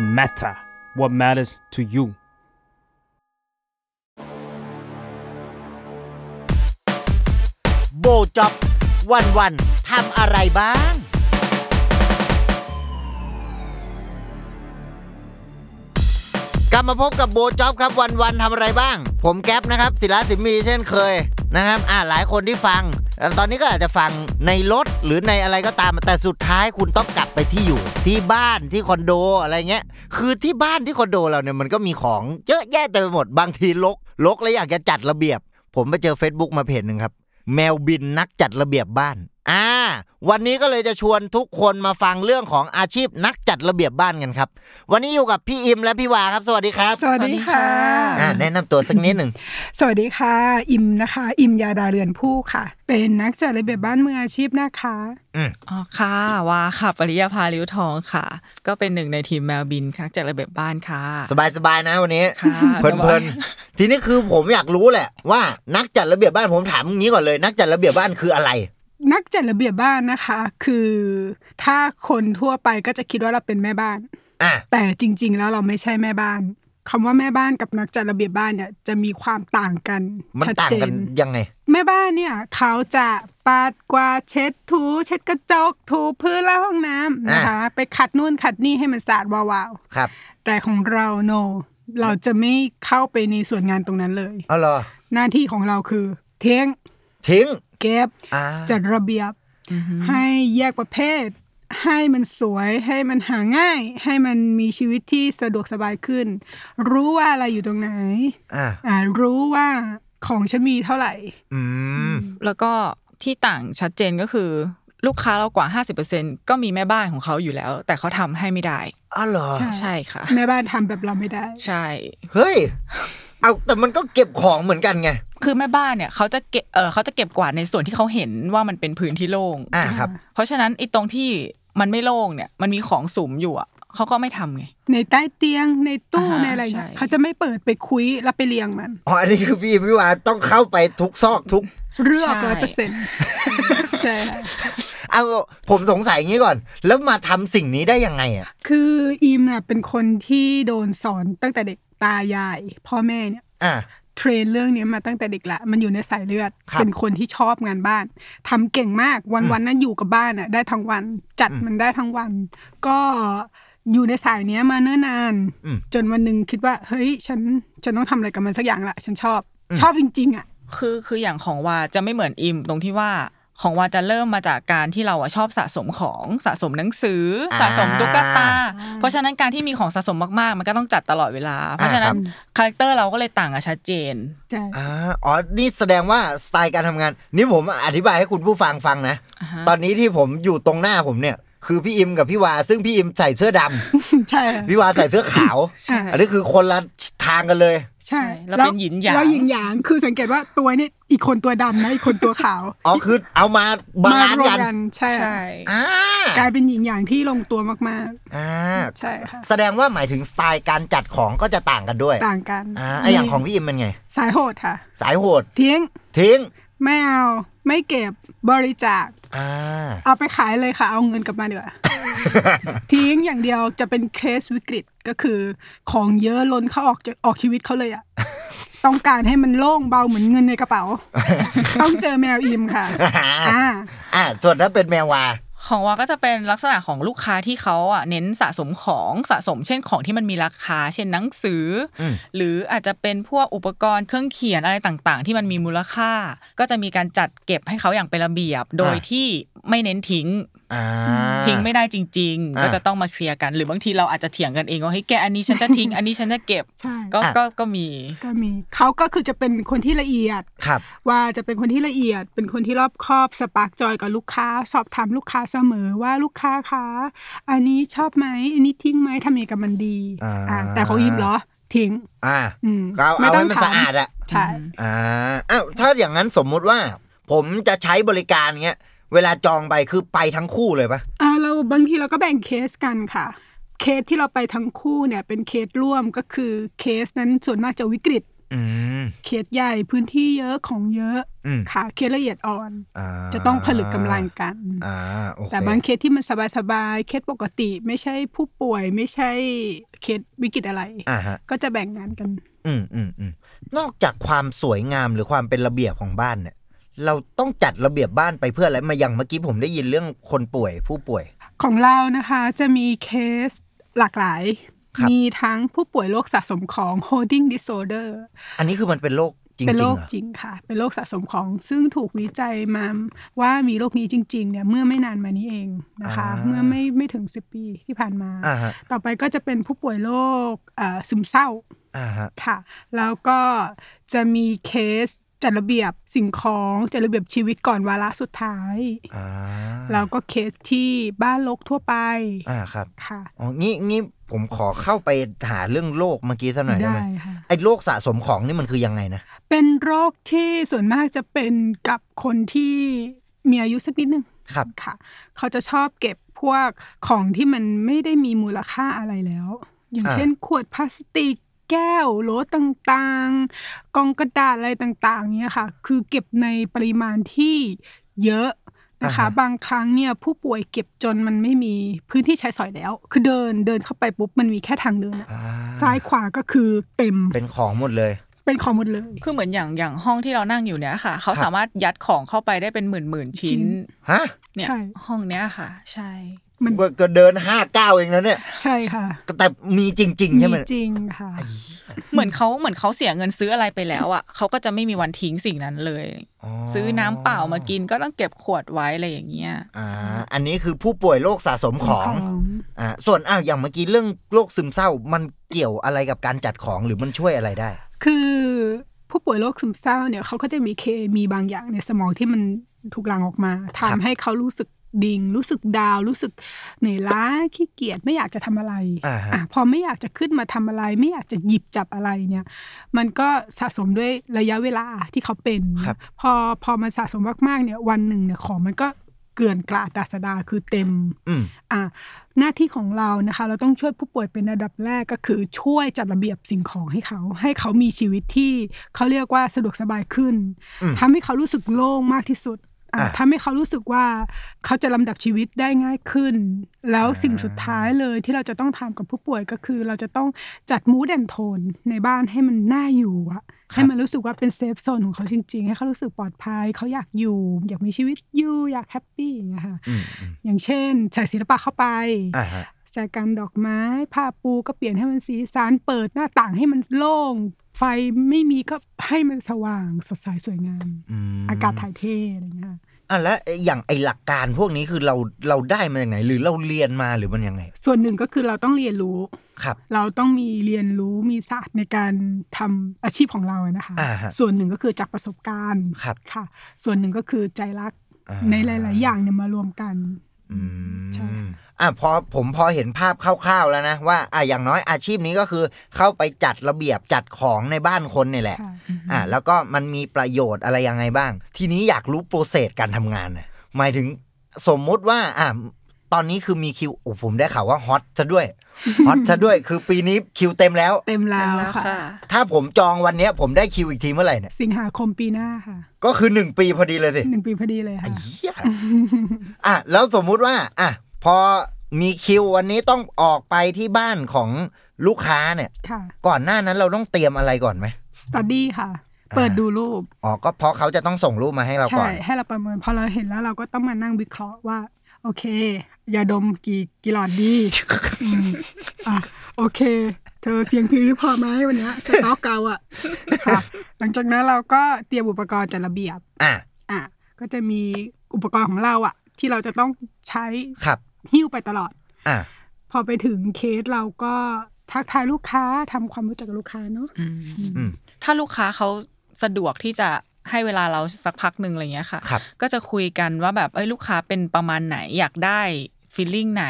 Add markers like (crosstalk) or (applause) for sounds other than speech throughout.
matter what matters to you โบจ็อบวันวันๆทำอะไรบ้าง กลับมาพบกับโบจ็อบครับวันวันๆทำอะไรบ้าง ผมแก๊ปนะครับ ศิลาสิมีเช่นเคยนะครับ อ่าหลายคนที่ฟังแล้วตอนนี้ก็อาจจะฟังในรถหรือในอะไรก็ตาม แต่สุดท้ายคุณต้องกลับไปที่อยู่ ที่บ้านที่คอนโดอะไรเงี้ย คือที่บ้านที่คอนโดเราเนี่ยมันก็มีของเยอะแยะเต็มไปหมดบางทีรกรกแล้วอยากจะจัดระเบียบ ผมไปเจอ Facebook มาเพจหนึ่งครับ แมวบินนักจัดระเบียบบ้าน อ่า วันนี้ก็เลยจะชวนทุกคนมาฟังเรื่องของอาชีพนักจัดระเบียบบ้านกันครับ วันนี้อยู่กับพี่อิมและพี่วาครับ สวัสดีครับ สวัสดีค่ะ อ่าแนะนำตัวสักนิดหนึ่ง สวัสดีค่ะ อิมนะคะ อิมยาดาเรือนผู้ค่ะ เป็นนักจัดระเบียบบ้านมืออาชีพนะคะ อ๋อค่ะวาค่ะ ปริยาภาลิ้วทองค่ะ ก็เป็นหนึ่งในทีมแมวบินค่ะจากระเบียบบ้านค่ะ สบายสบายๆนะวันนี้ ค่ะ เพลินเพลินๆทีนี้คือผมอยากรู้แหละ ว่านักจัดระเบียบบ้านผมถามอย่างนี้ก่อนเลย นักจัดระเบียบบ้านคืออะไร นักจัดระเบียบบ้านนะคะ คือถ้าคนทั่วไปก็จะคิดว่าเราเป็นแม่บ้าน อ่ะ แต่จริง ๆ แล้วเราไม่ใช่แม่บ้านคำว่าแม่บ้านกับนักจัดระเบียบบ้านเนี่ยจะมีความต่างกัน มัน ชัด ต่าง เจ กัน น ยังไง แม่บ้านเนี่ยเขาจะปัดกวาดเช็ดถู เช็ดกระจกถูพื้นและห้องน้ำนะคะ ไปขัดนู่นขัดนี่ให้มันสะอาดวาวๆ ครับ แต่ของเราโน เราจะไม่เข้าไปในส่วนงานตรงนั้นเลย เอาเหรอ หน้าที่ของเราคือเท้ง ทิ้ง เก็บ อ่า จัดระเบียบ อือฮึ ให้แยกประเภท ให้มันสวยให้มันหาง่าย ให้มันมีชีวิตที่สะดวกสบายขึ้น รู้ว่าอะไรอยู่ตรงไหน อ่า อ่ารู้ว่าของฉันมีเท่าไหร่ อืม แล้วก็ที่ต่างชัดเจนก็คือ ลูกค้าเรากว่า 50%ก็มีแม่บ้านของเขาอยู่แล้ว แต่เขาทำให้ไม่ได้ อ๋อเหรอ ใช่ ใช่ค่ะ แม่บ้านทำแบบเราไม่ได้ ใช่ เฮ้ย เอาแต่มันก็เก็บของเหมือนกันไง คือแม่บ้านเนี่ยเขาจะเก็บเออเขาจะเก็บกวาดในส่วนที่เขาเห็นว่ามันเป็นพื้นที่โล่ง อ่าครับ เพราะฉะนั้นไอ้ตรงที่มันไม่โล่งเนี่ยมันมีของสุมอยู่อ่ะเขาก็ไม่ทำไง ในใต้เตียงในตู้ อ่าฮะ ในอะไรเนี่ย ใช่ เขาจะไม่เปิดไปคุยแล้วไปเรียงมัน อ๋อ อันนี้คือพี่พี่วาต้องเข้าไปทุกซอกทุก เลือก ใช่ ร้อยเปอร์เซ็นต์ใช่ค่ะ เอาผมสงสัยอย่างนี้ก่อน แล้วมาทำสิ่งนี้ได้ยังไงอ่ะ คืออีมน่ะเป็นคนที่โดนสอนตั้งแต่เด็กตายาย พ่อแม่เนี่ย อ่า เทรนเรื่องเนี้ยมาตั้งแต่เด็กละ มันอยู่ในสายเลือด ครับ เป็นคนที่ชอบงานบ้านทำเก่งมากวันวันๆนั้นอยู่กับบ้านอ่ะได้ทั้งวันจัด อืม มันได้ทั้งวัน ก็อยู่ในสายเนี้ยมาเนิ่นนาน อืม จนวันหนึ่งคิดว่า เฮ้ย ฉันฉันต้องทำอะไรกับมันสักอย่างละฉันชอบ ชอบจริงๆอ่ะ คือคืออย่างของวาจะไม่เหมือนอิมตรงที่ว่าของวาจะเริ่มมาจากการที่เราอะชอบสะสมของสะสมหนังสือ อ่า สะสมตุ๊กตา เพราะฉะนั้นการที่มีของสะสมมากๆ มันก็ต้องจัดตลอดเวลา เพราะฉะนั้น ครั คาแรคเตอร์เราก็เลยต่างกันชัดเจน ใช่ อ่าอ๋อ นี่แสดงว่าสไตล์การทำงาน นี่ผมอธิบายให้คุณผู้ฟังฟังนะ อ่าฮะ ตอนนี้ที่ผมอยู่ตรงหน้าผมเนี่ย คือพี่อิมกับพี่วา ซึ่งพี่อิมใส่เสื้อดำ (laughs) ใช่ พี่วาใส่เสื้อขาว ใช่ อันนี้คือคนละทางกันเลย ใช่ ใช่เราเป็นหยินหยาง แล้วหยินหยางคือสังเกตว่าตัวเนี่ยอีกคนตัวดำนะอีกคนตัวขาว อ๋อ คือเอามาบาลาน ร ซ์ วม กัน กันใช่ ใช่ อ่าก ลายเป็นหญิงอย่างที่ลงตัวมาก อ่า ๆ ใช่ค่ะ แสดงว่าหมายถึงสไตล์การจัดของก็จะต่างกันด้วย ต่างกัน อ่าไอะอย่างของพี่อิมเป็นไง สายโหดค่ะ สายโหด ทิ้ง ทิ้ง ไม่เอา ไม่เก็บบริจาค อ่า เอาไปขายเลยค่ะ เอาเงินกลับมาดีก (laughs) ว่า ทิ้งอย่างเดียวจะเป็นเคสวิกฤตก็คือ ของเยอะล้นเขาออกจากออกชีวิตเขาเลยอะ ต้องการให้มันโล่งเบาเหมือนเงินในก (laughs) ระเป๋า ต้องเจอแมวอิมค่ะ อ่า อ่าส่วนถ้าเป็นแมววา ของวาก็จะเป็นลักษณะของลูกค้าที่เขาอ่ะเน้นสะสมของสะสม เช่นของที่มันมีราคา เช่นหนังสืออ ม หรืออาจจะเป็นพวกอุปกรณ์เครื่องเขียนอะไรต่างๆ ที่มันมีมูลค่า ก็จะมีการจัดเก็บให้เขาอย่างเป็นระเบียบ โดยที่ไม่เน้นทิ้ง อ่า ทิ้งไม่ได้จริง อ่า ๆ ก็จะต้องมาเคลียร์กัน หรือบางทีเราอาจจะเถียงกันเองว่าเฮ้ยแกอันนี้ฉันจะทิ้ง อันนี้ฉันจะเก็บ ใช่ ก็ อ่ะ ก็ก็มี ก็มีเขาก็คือจะเป็นคนที่ละเอียด ครับ ว่าจะเป็นคนที่ละเอียด เป็นคนที่รอบคอบ สปาร์กจอยกับลูกค้า สอบถามลูกค้าเสมอว่าลูกค้าคะ อันนี้ชอบไหม อันนี้ทิ้งไหมทำยังไงกับมันดี อ่า ะแต่ของอิมเหรอ ทิ้ง อ่า อืม เราเอาให้มันสะอาดอะ ใช่ อ่า อ้าว ถ้าอย่างนั้นสมมุติว่า ผมจะใช้บริการเงี้ย เวลาจองไปคือไปทั้งคู่เลยปะ อ่าเราบางทีเราก็แบ่งเคสกันค่ะ เคสที่เราไปทั้งคู่เนี่ย เป็นเคสร่วมก็คือเคสนั้นส่วนมากจะวิกฤต อืม เคสใหญ่พื้นที่เยอะของเยอะ อืม ค่ะ เคสละเอียดอ่อน อ่า จะต้องผลึกกำลังกัน อ่า โอเค แต่บางเคสที่มันสบายๆ เคสปกติไม่ใช่ผู้ป่วยไม่ใช่ เคสวิกฤตอะไร อ่าฮะ ก็จะแบ่งงานกัน อืมอืมอืมนอกจากความสวยงามหรือความเป็นระเบียบของบ้านเนี่ย เราต้องจัดระเบียบบ้านไปเพื่ออะไรมาอย่างเมื่อกี้ผมได้ยินเรื่องคนป่วยผู้ป่วย ของเรานะคะจะมีเคสหลากหลาย ครับ มีทั้งผู้ป่วยโรคสะสมของ holding disorder อันนี้คือมันเป็นโรคจริง เป็ๆนโรค เหรอ จริงค่ะ เป็นโรคสะสมของซึ่งถูกวิจัยมาว่ามีโรคนี้จริง ๆ เนี่ยเมื่อไม่นานมานี้เองนะคะ เมื่อไม่ไม่ถึง 10 ปีที่ผ่านมา อ่าฮะ ต่อไปก็จะเป็นผู้ป่วยโรคเอ่อซึมเศร้า อ่าฮะ ค่ะ แล้วก็จะมีเคสจัดระเบียบสิ่งของจัดระเบียบชีวิตก่อนวาระสุดท้าย อ่า แล้วก็เคสที่บ้านรกทั่วไป อ่าครับ ค่ะ อ๋องี้งี้ผมขอเข้าไปหาเรื่องโรคเมื่อกี้สักหน่อยได้ไหม ได้ค่ะ ไอ้โรคสะสมของนี่มันคือยังไงนะ เป็นโรคที่ส่วนมากจะเป็นกับคนที่มีอายุสักนิดนึง ครับ ค่ะ เขาจะชอบเก็บพวกของที่มันไม่ได้มีมูลค่าอะไรแล้ว อย่าง อ่า เช่น ขวดพลาสติก แก้วโหลต่างๆ กล่องกระดาษอะไรต่างๆเนี้ยค่ะ คือเก็บในปริมาณที่เยอะนะคะ บางครั้งเนี่ยผู้ป่วยเก็บจนมันไม่มีพื้นที่ใช้สอยแล้ว คือเดินเดินเข้าไปปุ๊บมันมีแค่ทางเดินอะ อ่า ซ้ายขวาก็คือเต็ม เป็นของหมดเลย เป็นของหมดเลย คือเหมือนอย่างอย่างห้องที่เรานั่งอยู่เนี่ยค่ะ เขา ครับ สามารถยัดของเข้าไปได้เป็นหมื่นหมื่นชิ้น ชิ้น ฮะ เนี่ย ใช่ ห้องเนี้ยค่ะ ใช่ มัน ก็เดินห้าก้าวเองนะเนี่ย ใช่ค่ะ แต่มีจริง ๆ มี ใช่ไหม จริงค่ะ เหมือนเขาเหมือนเขาเสียเงินซื้ออะไรไปแล้วอ่ะเขาก็จะไม่มีวันทิ้งสิ่งนั้นเลย อ๋อ ซื้อน้ำเปล่ามากินก็ต้องเก็บขวดไว้อะไรอย่างเงี้ย อ่า อันนี้คือผู้ป่วยโรคสะสมของอ่าส่วนอ้าวอย่างเมื่อกี้เรื่องโรคซึมเศร้า มันเกี่ยวอะไรกับการจัดของหรือมันช่วยอะไรได้ คือผู้ป่วยโรคซึมเศร้าเนี่ยเขาก็จะมีเคมีบางอย่างในสมองที่มันถูกหลั่งออกมาทำให้เขารู้สึกดิ่ง รู้สึกดาว รู้สึกเหนื่อยล้าขี้เกียจไม่อยากจะทำอะไร อ่าฮะ ะพอไม่อยากจะขึ้นมาทำอะไร ไม่อยากจะหยิบจับอะไรเนี่ย มันก็สะสมด้วยระยะเวลาที่เขาเป็น ครับ พอพอมันสะสมมากๆเนี่ยวันหนึ่งเนี่ยของมันก็เกลื่อนกลาดดาษดาคือเต็ม อืม อ่ะหน้าที่ของเรานะคะ เราต้องช่วยผู้ป่วยเป็นระดับแรกก็คือช่วยจัดระเบียบสิ่งของให้เขา ให้เขามีชีวิตที่เขาเรียกว่าสะดวกสบายขึ้น อืม ทำให้เขารู้สึกโล่งมากที่สุดอ่ะ อ่ะ ทำให้เขารู้สึกว่าเขาจะลำดับชีวิตได้ง่ายขึ้น แล้วสิ่งสุดท้ายเลยที่เราจะต้องทำกับผู้ป่วยก็คือ เราจะต้องจัดมูดแอนโทนในบ้านให้มันน่าอยู่อะให้มันรู้สึกว่าเป็นเซฟโซนของเขาจริง ๆ ให้เขารู้สึกปลอดภัยเขาอยากอยู่ อยากมีชีวิตอยู่อยากแฮปปี้อย่างเงี้ยค่ะ อืมอืม อย่างเช่น ใส่ศิลปะเข้าไป อ่าฮะ จัดการดอกไม้ผ้าปูก็เปลี่ยนให้มันสีสันเปิดหน้าต่างให้มันโล่ง ไฟไม่มีก็ให้มันสว่างสดใสสวยงาม อืม อากาศถ่ายเทอะไรเงี้ย อ่ะแล้วอย่างไอหลักการพวกนี้คือเราเราได้มาจากไหน หรือเราเรียนมาหรือมันยังไง ส่วนหนึ่งก็คือเราต้องเรียนรู้ ครับ เราต้องมีเรียนรู้มีศาสตร์ในการทำอาชีพของเราอะนะคะ อ่าฮะ ส่วนหนึ่งก็คือจากประสบการณ์ ครับ ค่ะ ส่วนหนึ่งก็คือใจรัก อ่า ในหลาย ๆ อย่างเนี่ยมารวมกัน อืม ใช่ อ่ะพอผมพอเห็นภาพคร่าวๆแล้วนะว่าอ่ะอย่างน้อยอาชีพนี้ก็คือเข้าไปจัดระเบียบจัดของในบ้านคนนี่แหละ ค่ะ อ่ะแล้วก็มันมีประโยชน์อะไรยังไงบ้าง ทีนี้อยากรู้โปรเซสการทำงานนะหมายถึงสมมุติว่าอ่ะตอนนี้คือมีคิวโอ้ผมได้ข่าวว่าฮอตซะด้วย ฮ (laughs) อตซะด้วยคือปีนี้คิวเต็มแล้ว เต็มแล้วค่ะ ถ้าผมจองวันเนี้ยผมได้คิวอีกทีเมื่อไหร่เนี่ย สิงหาคมปีหน้าค่ะ ก็คือ 1 ปีพอดีเลยสิ หนึ่งปีพอดีเลยค่ะ เหี้ย (laughs) อ่ะแล้วสมมุติว่าอ่ะพอมีคิววันนี้ต้องออกไปที่บ้านของลูกค้าเนี่ย ค่ะ ก่อนหน้านั้นเราต้องเตรียมอะไรก่อนไหม สต u ดดี้ค่ะ เปิดดูรูป อ๋อก็เพราะเขาจะต้องส่งรูปมาให้เราก่ ใช่ อน ให้เราประเมิน พอเราเห็นแล้วเราก็ต้องมานั่งวิเคราะห์ว่า โอเค ยาดมกี่กี่หลอดดี อืมอ่ะ โอเค เธอเสียงพื้นพอไหมวันเนี้ยสต๊อกเกาอ่ะค่ะ หลังจากนั้นเราก็เตรียมอุปกรณ์จัดระเบียบ อ่ะ อ่ะ ก็จะมีอุปกรณ์ของเราอ่ะ ที่เราจะต้องใช้ ครับ หิ้วไปตลอด อ่ะ พอไปถึงเคสเราก็ทักทายลูกค้าทำความรู้จักกับลูกค้าเนาะ อืม ถ้าลูกค้าเขาสะดวกที่จะให้เวลาเราสักพักหนึ่งอะไรเงี้ยค่ะ ครับ ก็จะคุยกันว่าแบบเอ้ยลูกค้าเป็นประมาณไหนอยากได้ฟีลลิ่งไหน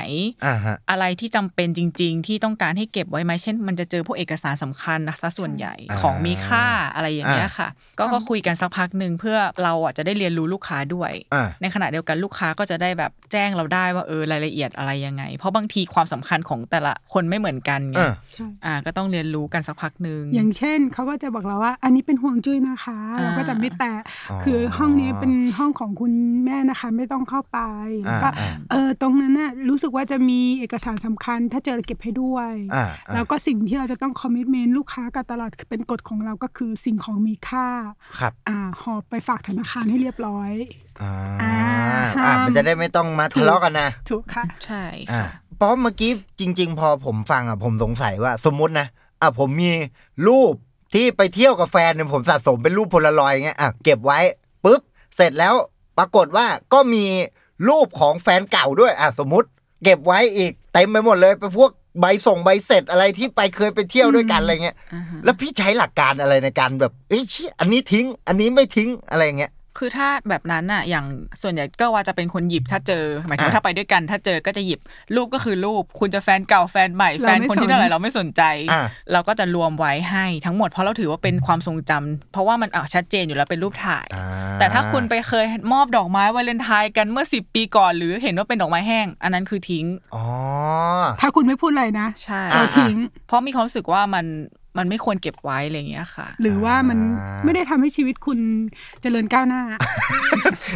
อ่าฮะ อะไรที่จำเป็นจริง ๆ ที่ต้องการให้เก็บไว้ไหมเช่น มันจะเจอพวกเอกสารสำคัญนะซะส่วนใหญ่ อ่า ของมีค่าอะไรอย่างเงี้ยค่ะ ก็ก็คุยกันสักพักหนึ่งเพื่อเราอ่ะจะได้เรียนรู้ลูกค้าด้วย อ่า ในขณะเดียวกันลูกค้าก็จะได้แบบแจ้งเราได้ว่าเออรายละเอียดอะไรยังไง เพราะบางทีความสำคัญของแต่ละคนไม่เหมือนกันไง อ่า ใช่ อ่าก็ต้องเรียนรู้กันสักพักหนึ่ง อย่างเช่นเขาก็จะบอกเราว่า อันนี้เป็นห่วงจุ้ยนะคะ อ่า เราก็จะไม่แตะ อ๋อ คือห้องนี้เป็นห้องของคุณแม่นะคะ ไม่ต้องเข้าไปแล้วก็ อ่าอ่า เออตรงนั้น น่ะรู้สึกว่าจะมีเอกสารสำคัญ ถ้าเจอเก็บให้ด้วย อ่า แล้วก็สิ่งที่เราจะต้องคอมมิชเมนต์ลูกค้ากับตลาดคือเป็นกฎของเราก็คือสิ่งของมีค่า ครับ อ่าหอบไปฝากธนาคารให้เรียบร้อย อ่า อ่า อ่า ห้าม มันจะได้ไม่ต้องมาทะเลาะกันนะ ถูกค่ะ ใช่ อ่า ค่ะ เพราะเมื่อกี้จริง ๆ พอผมฟังอ่ะผมสงสัยว่าสมมตินะอ่ะผมมีรูปที่ไปเที่ยวกับแฟนเนี่ยผมสะสมเป็นรูปโพลารอยด์ไงอ่ะเก็บไว้ปุ๊บเสร็จแล้วปรากฏว่าก็มีรูปของแฟนเก่าด้วยอ่ะสมมติ เก็บไว้อีกเต็มไปหมดเลยไปพวกใบส่งใบเสร็จอะไรที่ไปเคยไปเที่ยวด้วยกันอะไรเงี้ย อ่าฮะ แล้วพี่ใช้หลักการอะไรในการแบบเอ้ยเชี่ยอันนี้ทิ้ง อันนี้ไม่ทิ้งอะไรเงี้ย คือถ้าแบบนั้นน่ะอย่างส่วนใหญ่ก็ว่าจะเป็นคนหยิบถ้าเจอหมายถึงว่า อ่ะ ถ้าไปด้วยกัน ถ้าเจอก็จะหยิบรูปก็คือรูป คุณจะแฟนเก่าแฟนใหม่แฟนคนที่เท่าไหร่เราไม่สนใจ อ่ะ เราก็จะรวมไว้ให้ทั้งหมดเพราะเราถือว่าเป็นความทรงจำเพราะว่ามันอ่ะชัดเจนอยู่แล้วเป็นรูปถ่าย แต่ถ้าคุณไปเคยมอบดอกไม้วาเลนไทน์กันเมื่อ 10 ปีก่อน หรือเห็นว่าเป็นดอกไม้แห้ง อันนั้นคือทิ้ง อ๋อ ถ้าคุณไม่พูดอะไรนะ ใช่ อ่ะ เราทิ้ง เพราะมีความรู้สึกว่ามันมันไม่ควรเก็บไว้อะไรอย่างเงี้ยค่ะ หรือว่ามัน อ่า ไม่ได้ทำให้ชีวิตคุณเจริญก้าว (laughs) หน้า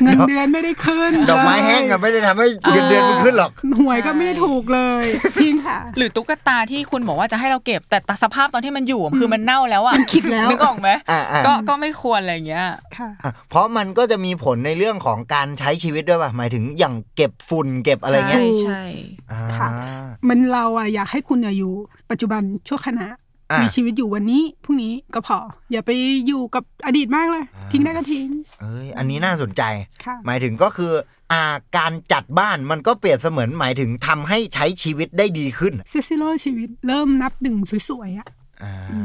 เงินเดือนไม่ได้ขึ้น ดอกไม้แห้งอะไม่ได้ทำให้เงินเดือนมันขึ้นหรอก หวยก็ไม่ได้ถูกเลย ทิ้งค่ะ หรือตุ๊กตาที่คุณบอกว่าจะให้เราเก็บแต่สภาพตอนที่มันอยู่อะคือมันเน่าแล้วอ่ะ คิดแล้ว นึกออกไหม อ่าอ่า ก็ก็ไม่ควรอะไรอย่างเงี้ย ค่ะ อ่ะเพราะมันก็จะมีผลในเรื่องของการใช้ชีวิตด้วยป่ะ หมายถึงอย่างเก็บฝุ่นเก็บอะไรเงี้ย ใช่ใช่ อ่า ค่ะ มันเราอะอยากให้คุณอะอยู่ ปัจจุบันชั่วขณะ อ่ะ มีชีวิตอยู่วันนี้พรุ่งนี้ก็พอ อย่าไปอยู่กับอดีตมากเลย อ่า ทิ้งได้ก็ทิ้ง เอ้ยอันนี้น่าสนใจ ค่ะ หมายถึงก็คืออาการจัดบ้านมันก็เปรียบเสมือนหมายถึงทำให้ใช้ชีวิตได้ดีขึ้น เซซิโลชีวิตเริ่มนับหนึ่งสวยๆอะ อ่า อื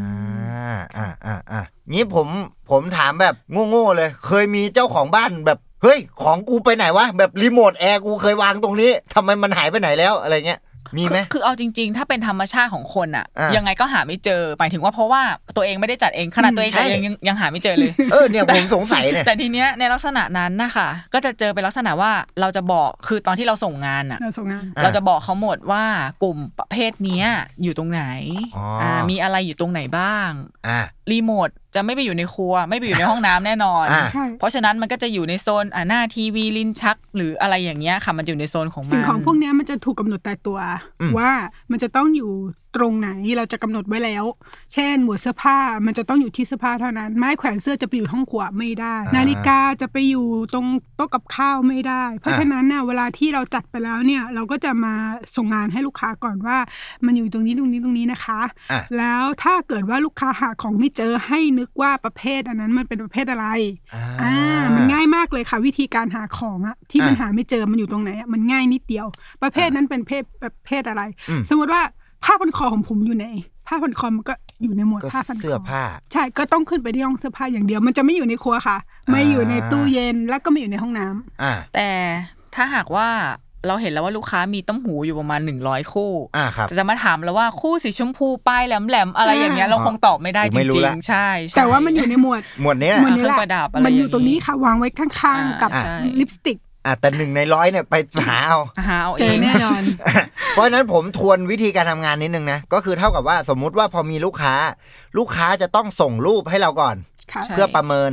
อ่าอ่าอ่านี้ผมผมถามแบบโง่ๆเลย เคยมีเจ้าของบ้านแบบเฮ้ยของกูไปไหนวะแบบรีโมทแอร์กูเคยวางตรงนี้ทำไมมันหายไปไหนแล้วอะไรเงี้ยมีไหม คือคือเอาจริง ๆ ถ้าเป็นธรรมชาติของคนอ่ะ อ่ะ ยังไงก็หาไม่เจอหมายถึงว่าเพราะว่าตัวเองไม่ได้จัดเองขนาดตัวเองจัดเองยังยังหาไม่เจอเลย เออเนี่ยผมสงสัยเนี่ย แต่ทีเนี้ยในลักษณะนั้นนะคะก็จะเจอเป็นลักษณะว่าเราจะบอกคือตอนที่เราส่งงานอ่ะ เราส่งงาน อ่ะ เราจะบอกเขาหมดว่ากลุ่มประเภทเนี้ยอยู่ตรงไหน อ๋ออ่ ่ามีอะไรอยู่ตรงไหนบ้าง อ่า รีโมทจะไม่ไปอยู่ในครัว ไม่ไปอยู่ในห้องน้ำแน่นอน อ่า ใช่ เพราะฉะนั้นมันก็จะอยู่ในโซนอ่าหน้าทีวีลิ้นชัก หรืออะไรอย่างเงี้ยค่ะมันอยู่ในโซนของมัน สิ่งของพวกเนี้ยมันจะถูกกำหนดตายตัว อืม ว่ามันจะต้องอยู่ตรงไหนเราจะกำหนดไว้แล้ว เช่น หมวดเสื้อผ้ามันจะต้องอยู่ที่เสื้อผ้าเท่านั้น ไม้แขวนเสื้อจะไปอยู่ห้องขวาไม่ได้ อ่า นาฬิกาจะไปอยู่ตรงโต๊ะกับข้าวไม่ได้ เพราะ อ่า ฉะนั้นน่ะเวลาที่เราจัดไปแล้วเนี่ยเราก็จะมาส่งงานให้ลูกค้าก่อนว่า มันอยู่ตรงนี้ตรงนี้ตรงนี้นะคะ อ่า แล้วถ้าเกิดว่าลูกค้าหาของไม่เจอให้นึกว่าประเภทอันนั้นมันเป็นประเภทอะไร อ่ามันง่ายมากเลยค่ะ วิธีการหาของอะที่มัน อ่ะ หาไม่เจอมันอยู่ตรงไหนอะมันง่ายนิดเดียว ประเภทนั้นเป็นเพศประเภทอะไร อืม สมมติว่าผ้าพันคอของผมอยู่ไหนผ้าพันคอมันก็อยู่ในหมวด ก็ ผ้าพันค เสื้อ อ ผ้า ใช่ก็ต้องขึ้นไปที่ห้องเสื้อผ้าอย่างเดียว มันจะไม่อยู่ในครัวค่ะ ไม่อยู่ในตู้เย็นแล้วก็ไม่อยู่ในห้องน้ำ อ่า แต่ถ้าหากว่าเราเห็นแล้วว่าลูกค้ามีต้มหูอยู่ประมาณ 100 คู่ อ่าครับ จะมาถามแล้วว่าคู่สีชมพูปลายแหลมๆอะไรอย่างเงี้ยเราคงตอบไม่ได้จ ไม่รู้ ริง ละ ๆใช่ใช่ แต่ว่ามันอยู่ในหมวด หมวดเนี้ย หมวด อ่ะ นี้แห เครื่ ละ องประดับอะไร มันอยู่ตรงนี้ค่ะวางไว้ข้าง อ่า ๆ กับ ใช่ ลิปสติก อ่ะแต่หนึ่งในร้อยเนี่ยไปหาเอา หาเอา เจ เอ อง แน่นอน เพราะฉะนั้นผมทวนวิธีการทำงานนิดนึงนะ ก็คือเท่ากับว่าสมมุติว่าพอมีลูกค้า ลูกค้าจะต้องส่งรูปให้เราก่อน ค่ะ ใช่ เพื่อประเมิน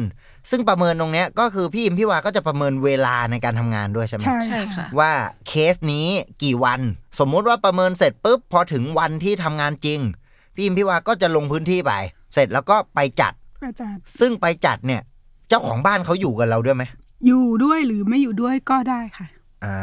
ซึ่งประเมินตรงเนี้ยก็คือพี่อิมพี่วาก็จะประเมินเวลาในการทำงานด้วยใช่ไหม ใช่ ใช่ค่ะ ว่าเคสนี้กี่วัน สมมุติว่าประเมินเสร็จปุ๊บพอถึงวันที่ทำงานจริง พี่อิมพี่วาก็จะลงพื้นที่ไป เสร็จแล้วก็ไปจัด อาจารย์ ซึ่งไปจัดเนี่ย เจ้าของบ้านเขาอยู่กับเราด้วยไหม อยู่ด้วยหรือไม่อยู่ด้วยก็ได้ค่ะ อ่า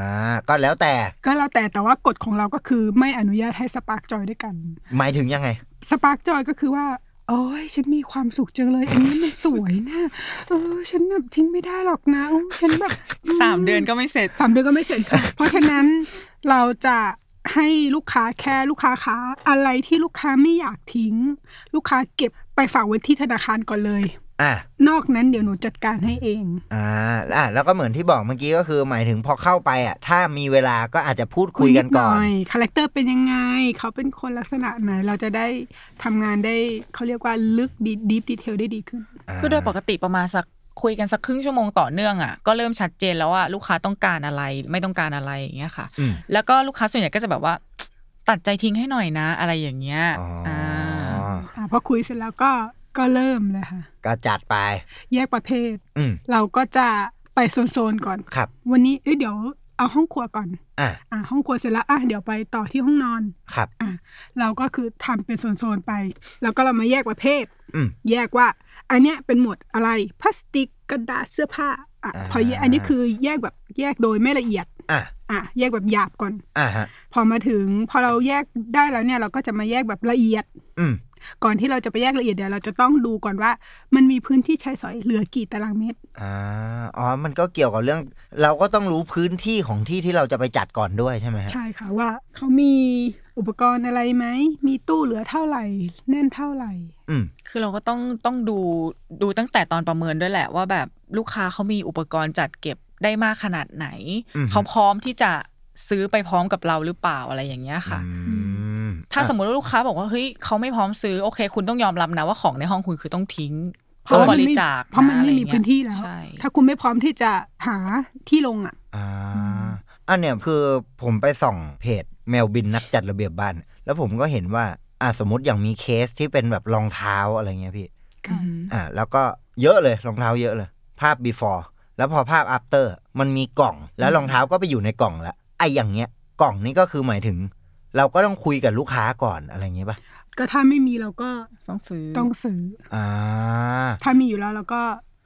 ก็แล้วแต่ ก็แล้วแต่แต่ว่ากฎของเราก็คือไม่อนุญาตให้สปาร์กจอยด้วยกัน หมายถึงยังไง สปาร์กจอยก็คือว่า โอ้ยฉันมีความสุขจังเลย อันนี้มันสวยนะเออฉันแบบทิ้งไม่ได้หรอกนะโอ้ยฉันแบบ (laughs) สามเดือนก็ไม่เสร็จ สามเดือนก็ไม่เสร็จค่ะ เพราะฉะนั้นเราจะให้ลูกค้าแค่ลูกค้าค้าอะไรที่ลูกค้าไม่อยากทิ้ง ลูกค้าเก็บไปฝากไว้ที่ธนาคารก่อนเลย อ่า นอกนั้นเดี๋ยวหนูจัดการให้เอง อ่าอ่ะแล้วก็เหมือนที่บอกเมื่อกี้ก็คือ หมายถึงพอเข้าไปอ่ะ ถ้ามีเวลาก็อาจจะพูดคุยกันก่อน คาแรคเตอร์เป็นยังไง เขาเป็นคนลักษณะไหน เราจะได้ทำงานได้เขาเรียกว่าลึกดีดีฟดีเทลได้ดีขึ้น คือโดยปกติประมาณสักคุยกันสักครึ่งชั่วโมงต่อเนื่องอ่ะก็เริ่มชัดเจนแล้วว่าลูกค้าต้องการอะไรไม่ต้องการอะไรอย่างเงี้ยค่ะ อืม แล้วก็ลูกค้าส่วนใหญ่ก็จะแบบว่า ตัดใจทิ้งให้หน่อยนะ อะไรอย่างเงี้ย อ๋ออา อ่าพอคุยเสร็จแล้วก็ก็เริ่มเลยค่ะ ก็จัดไป แยกประเภท อืม เราก็จะไปโซนๆก่อน ครับ วันนี้เอ้ยเดี๋ยว เอาห้องครัวก่อน อ่ะ อ่ะห้องครัวเสร็จแล้วอ่ะเดี๋ยวไปต่อที่ห้องนอน ครับ เราก็คือทำเป็นโซนๆไป แล้วก็เรามาแยกประเภท อืม แยกว่า อันเนี้ยเป็นหมวดอะไรพลาสติกกระดาษเสื้อผ้าอ่ะ อ่า พอแยกอันนี้คือแยกแบบแยกโดยไม่ละเอียด อ่ะ อ่ะแยกแบบหยาบก่อน อ่ะฮะ พอมาถึงพอเราแยกได้แล้วเนี่ยเราก็จะมาแยกแบบละเอียด อืม ก่อนที่เราจะไปแยกละเอียดเดี๋ยวเราจะต้องดูก่อนว่า มันมีพื้นที่ใช้สอยเหลือกี่ตารางเมตร อ่าอ๋อ มันก็เกี่ยวกับเรื่อง เราก็ต้องรู้พื้นที่ของที่ที่เราจะไปจัดก่อนด้วยใช่ไหมฮะ ใช่ค่ะว่าเขามีอุปกรณ์อะไรไหม มีตู้เหลือเท่าไหร่ แน่นเท่าไหร่ อืม คือเราก็ต้องต้องดูดูตั้งแต่ตอนประเมินด้วยแหละว่าแบบลูกค้าเขามีอุปกรณ์จัดเก็บได้มากขนาดไหน อือฮึ เขาพร้อมที่จะซื้อไปพร้อมกับเราหรือเปล่าอะไรอย่างเงี้ยค่ะ อืม ถ้าสมมติว่าลูกค้าบอกว่าเฮ้ยเขาไม่พร้อมซื้อโอเค คุณต้องยอมรับนะว่าของในห้องคุณคือต้องทิ้ง เพราะ ต้อง มั บ น ริ ไม่ จาค เพราะมันไม่มี อร พื้น เงี้ย ที่แล้ว ใช่ ถ้าคุณไม่พร้อมที่จะหาที่ลงอ่ะ อ่าอันเนี้ยคือผมไปส่องเพจแมวบินนักจัดระเบียบบ้าน แล้วผมก็เห็นว่า อ่าสมมติอย่างมีเคสที่เป็นแบบรองเท้าอะไรเงี้ยพี่ อืม อ่า แล้วก็เยอะเลยรองเท้าเยอะเลย ภาพ before แล้วพอภาพ after มันมีกล่อง แล้วรองเท้าก็ไปอยู่ในกล่องละไอ้อย่างเงี้ย กล่องนี้ก็คือหมายถึง เราก็ต้องคุยกับลูกค้าก่อนอะไรอย่างเงี้ยป่ะ ก็ถ้าไม่มีเราก็ ต้องซื้อ ต้องซื้อ อ่า ถ้ามีอยู่แล้วเราก็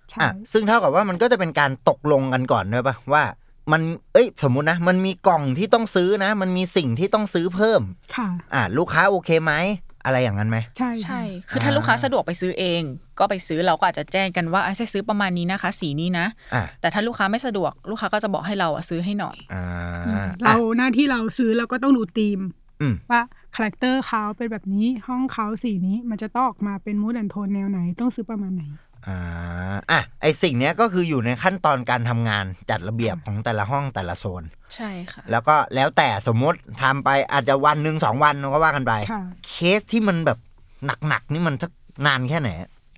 ใช้ อ่ะซึ่งเท่ากับว่ามันก็จะเป็นการตกลงกันก่อนด้วยปะว่ามันเอ้ยสมมุตินะ มันมีกล่องที่ต้องซื้อนะ มันมีสิ่งที่ต้องซื้อเพิ่ม ค่ะ อ่ะลูกค้าโอเคไหมอะไรอย่างนั้นไหม ใช่ค่ะ ใช่ คือถ้าลูกค้าสะดวกไปซื้อเอง ก็ไปซื้อเราก็อาจจะแจ้งกันว่าอ่ะใช่ซื้อประมาณนี้นะคะ สีนี้นะ อ่ะ แต่ถ้าลูกค้าไม่สะดวกลูกค้าก็จะบอกให้เราอะซื้อให้หน่อย อ่า อืม อ่ะ เราหน้าที่เราซื้อเราก็ต้องดูธีม อืม ว่าคาแรคเตอร์เขาเป็นแบบนี้ห้องเขาสีนี้มันจะต้องออกมาเป็นมูดแอนโทนแนวไหนต้องซื้อประมาณไหน อ่าอ่ะไอสิ่งเนี้ยก็คืออยู่ในขั้นตอนการทำงานจัดระเบียบของแต่ละห้องแต่ละโซน ใช่ค่ะ แล้วก็แล้วแต่สมมติทำไปอาจจะวันหนึ่งสองวันก็ว่ากันไป ค่ะ เคสที่มันแบบหนักๆนี่มันสักนานแค่ไหน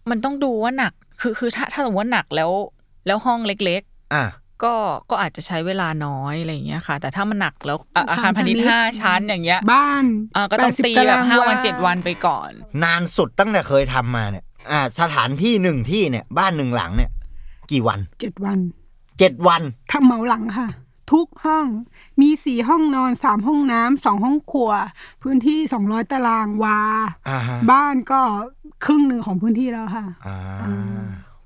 มันต้องดูว่าหนัก คือคือถ้าถ้าสมมติว่าหนักแล้ว แล้วห้องเล็ก อ่ะ ๆ ก็ก็อาจจะใช้เวลาน้อยอะไรอย่างเงี้ยค่ะ แต่ถ้ามันหนักแล้วอ่ะอา อา คา คาร ร พาณิชย์ พาณิชย์ ห้าชั้นอย่างเงี้ย บ้าน อ่ะก็ต้อง 80 ตีแบบห้าวันเจ็ดวันไปก่อน นานสุดตั้งแต่เคยทำมาเนี่ย อ่า สถานที่หนึ่งที่เนี่ย บ้านหนึ่งหลังเนี่ย กี่วัน เจ็ดวัน เจ็ดวัน ถ้าเหมาหลังค่ะ ทุกห้องมีสี่ห้องนอนสามห้องน้ำสองห้องครัว พื้นที่สองร้อยตารางวา อ่าฮะ บ้านก็ครึ่งหนึ่งของพื้นที่แล้วค่ะ อ่า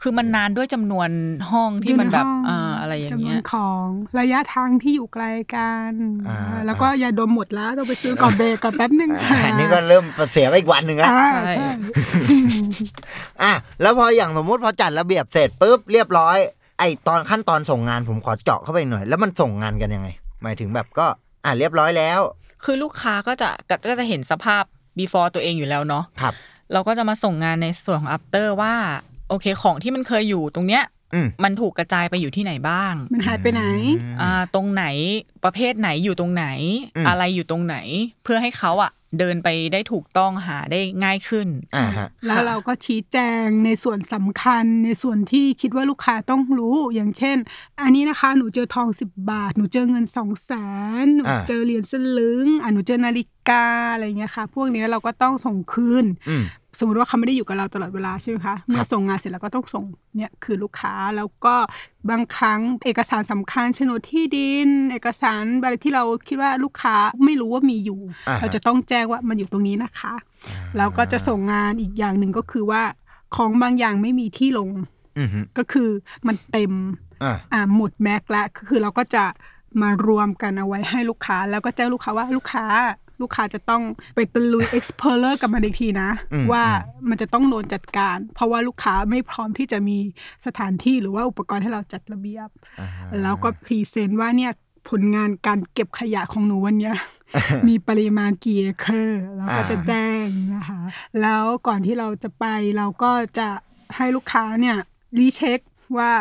คือมันนานด้วยจำนวนห้องที่มันแบบ อยู่ในห้ อ่าอะไรอย่าง จำน เงี้ วย นของระยะทางที่อยู่ไกลกัน อ่า แล้วก็อย่าดมหมดแล้วต้องไปซื้อก่อนเบรกก่อนแป๊บนึง อ่าอันนี้ก็เริ่มเสียไปอีกวันหนึ่งแล้ว อ่า ใช่ ใช่ อ่ะ แล้วพออย่างสมมติพอจัดระเบียบเสร็จปุ๊บเรียบร้อย ไอตอนขั้นตอนส่งงานผมขอเจาะเข้าไปหน่อย แล้วมันส่งงานกันยังไง หมายถึงแบบก็ อ่ะเรียบร้อยแล้ว คือลูกค้าก็จะก็ก็จะเห็นสภาพ before ตัวเองอยู่แล้วเนาะ ครับ เราก็จะมาส่งงานในส่วนของ after ว่า โอเคของที่มันเคยอยู่ตรงเนี้ย อืม มันถูกกระจายไปอยู่ที่ไหนบ้าง มันหายไปไหน อ่าตรงไหนประเภทไหนอยู่ตรงไหน อืม อะไรอยู่ตรงไหน เพื่อให้เขาอ่ะ เดินไปได้ถูกต้องหาได้ง่ายขึ้น อ่าฮะ แล้วเราก็ชี้แจงในส่วนสำคัญในส่วนที่คิดว่าลูกค้าต้องรู้อย่างเช่น อันนี้นะคะหนูเจอทอง 10 บาท หนูเจอเงิน2องแสนหนู อ่า เจอเหรียญสลึงอ่ะหนูเจอนาฬิกาอะไรเงี้ยค่ะ พวกเนี้ยเราก็ต้องส่งคืน อืม สมมติว่าเขาไม่ได้อยู่กับเราตลอดเวลาใช่ไหมคะ เมื่อส่งงานเสร็จแล้วก็ต้องส่งเนี่ยคือลูกค้าแล้วก็บางครั้งเอกสารสำคัญโฉนดที่ดิน เอกสารอะไรที่เราคิดว่าลูกค้าไม่รู้ว่ามีอยู่ อ่าฮะ เราจะต้องแจ้งว่ามันอยู่ตรงนี้นะคะแล้วก็จะส่งงานอีกอย่างหนึ่งก็คือว่าของบางอย่างไม่มีที่ลง อืมฮึ ก็คือมันเต็ม อ่า อ่าหมดแม็กซ์ละคือเราก็จะมารวมกันเอาไว้ให้ลูกค้า แล้วก็แจ้งลูกค้าว่าลูกค้า ลูกค้าจะต้องไปตะลุย explorer กับมันอีกทีนะ อืม ว่ามันจะต้องโดนจัดการ เพราะว่าลูกค้าไม่พร้อมที่จะมีสถานที่หรือว่าอุปกรณ์ให้เราจัดระเบียบ อ่าฮะ แล้วก็พรีเซนต์ว่าเนี่ยผลงานการเก็บขยะของหนูวันเนี้ย (laughs) มีปริมาณกี่เอเคอร์แล้วก็ อ่า จะแจ้งนะคะ แล้วก่อนที่เราจะไปเราก็จะให้ลูกค้าเนี่ยรีเช็คว่า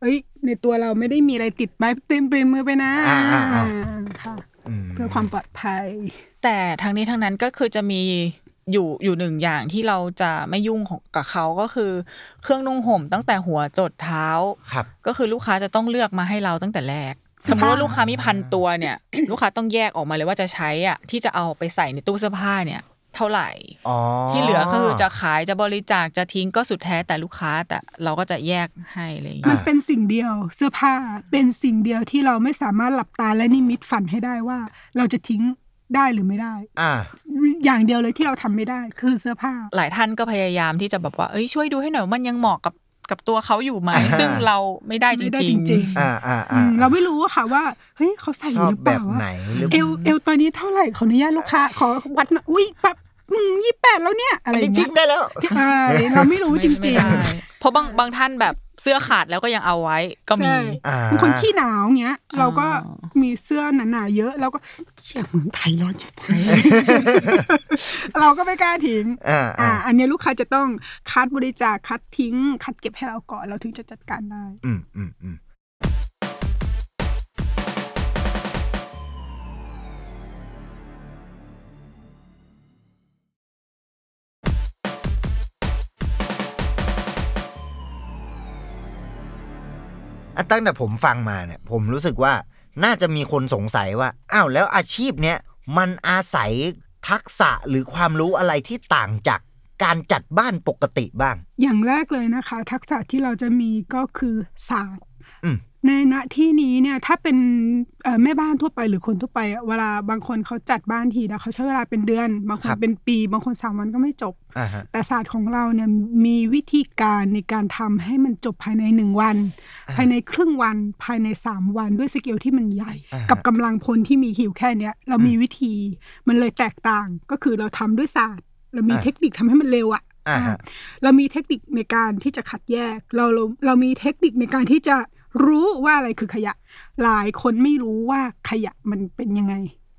เอ้ย ในตัวเราไม่ได้มีอะไรติดไม้เต็มไปมือไปนะค่ะ อืม เพื่อความปลอดภัย แต่ทั้งนี้ทั้งนั้นก็คือจะมีอยู่อยู่หนึ่งอย่างที่เราจะไม่ยุ่งของกับเขาก็คือ เครื่องนุ่งห่มตั้งแต่หัวจดเท้า ครับ ก็คือลูกค้าจะต้องเลือกมาให้เราตั้งแต่แรก ค่ะ สมมติว่าลูกค้ามีพันตัวเนี่ย ลูกค้าต้องแยกออกมาเลยว่าจะใช้อ่ะที่จะเอาไปใส่ในตู้เสื้อผ้าเนี่ย เท่าไหร่ อ๋อ ที่เหลือก็คือจะขายจะบริจาคจะทิ้งก็สุดแท้แต่ลูกค้าแต่เราก็จะแยกให้อะไรอย่างเงี้ย มันเป็นสิ่งเดียวเสื้อผ้าเป็นสิ่งเดียวที่เราไม่สามารถหลับตาและนิมิตฝันให้ได้ว่า เราจะทิ้งได้หรือไม่ได้ อ่า อย่างเดียวเลยที่เราทำไม่ได้คือเสื้อผ้า หลายท่านก็พยายามที่จะแบบว่า เอ้ยช่วยดูให้หน่อยว่ามันยังเหมาะกับกับตัวเขาอยู่ไหม อ่า ซึ่งเราไม่ได้จ ไม่ได้ ริ จ ง ริง อ่าอ่า อื อ่าม เราไม่รู้อะค่ะว่าเฮ้ยเขาใส่อ ชอบยู่หรือเป แบ ล่า บ วะ ไหนหรือ เอวเอวตอนนี้เท่าไหร่ขออนุญาตลูกค้าขอวัดหนะอุ้ยแบบยี่แปดแล้วเนี่ยอะไรอ นี่ ย่างเงี้ ทิ้ ย งได้แล้ว เออเราไม่ ๆ รู้ ไม่ จ ไม่ ริง ได้เพราะบางบางท่านแบบเสื้อขาดแล้วก็ยังเอาไว้ก็มี ใช่ อ่า ๆบางคนขี้หนาวเงี้ย เราก็ อ๋อ มีเสื้อหนาๆเยอะเราก็เชี่ยเมืองไทยร้อนจะไป เราก็ไม่กล้าทิ้ง อ่า อ่า อ่า อันเนี้ยลูกค้าจะต้องคัดบริจาคคัดทิ้ง คัดเก็บให้เราก่อนเราถึงจะจัดการได้ อืมอืมอืมอ่ะตั้งแต่ผมฟังมาเนี่ย ผมรู้สึกว่าน่าจะมีคนสงสัยว่า อ้าวแล้วอาชีพเนี้ยมันอาศัยทักษะหรือความรู้อะไรที่ต่างจากการจัดบ้านปกติบ้าง อย่างแรกเลยนะคะ ทักษะที่เราจะมีก็คือศาสตร์ อืม ในณที่นี้เนี่ยถ้าเป็นเอ่อแม่บ้านทั่วไปหรือคนทั่วไปอะเวลาบางคนเขาจัดบ้านทีนะเขาใช้เวลาเป็นเดือน บางคนเป็นปี บางคนสามวันก็ไม่จบ อ่าฮะ แต่ศาสตร์ของเราเนี่ยมีวิธีการในการทำให้มันจบภายในหนึ่งวัน อ่า ภายในครึ่งวันภายในสามวันด้วยสเกลที่มันใหญ่ อ่าฮะ กับกำลังพลที่มีหิวแค่เนี้ยเรามีวิธีมันเลยแตกต่างก็คือเราทำด้วยศาสตร์ เรามี อ่า เทคนิคทำให้มันเร็วอะ อ่าฮะ อ่ะ เรามีเทคนิคในการที่จะคัดแยก เราเราเรามีเทคนิคในการที่จะรู้ว่าอะไรคือขยะ หลายคนไม่รู้ว่าขยะมันเป็นยังไง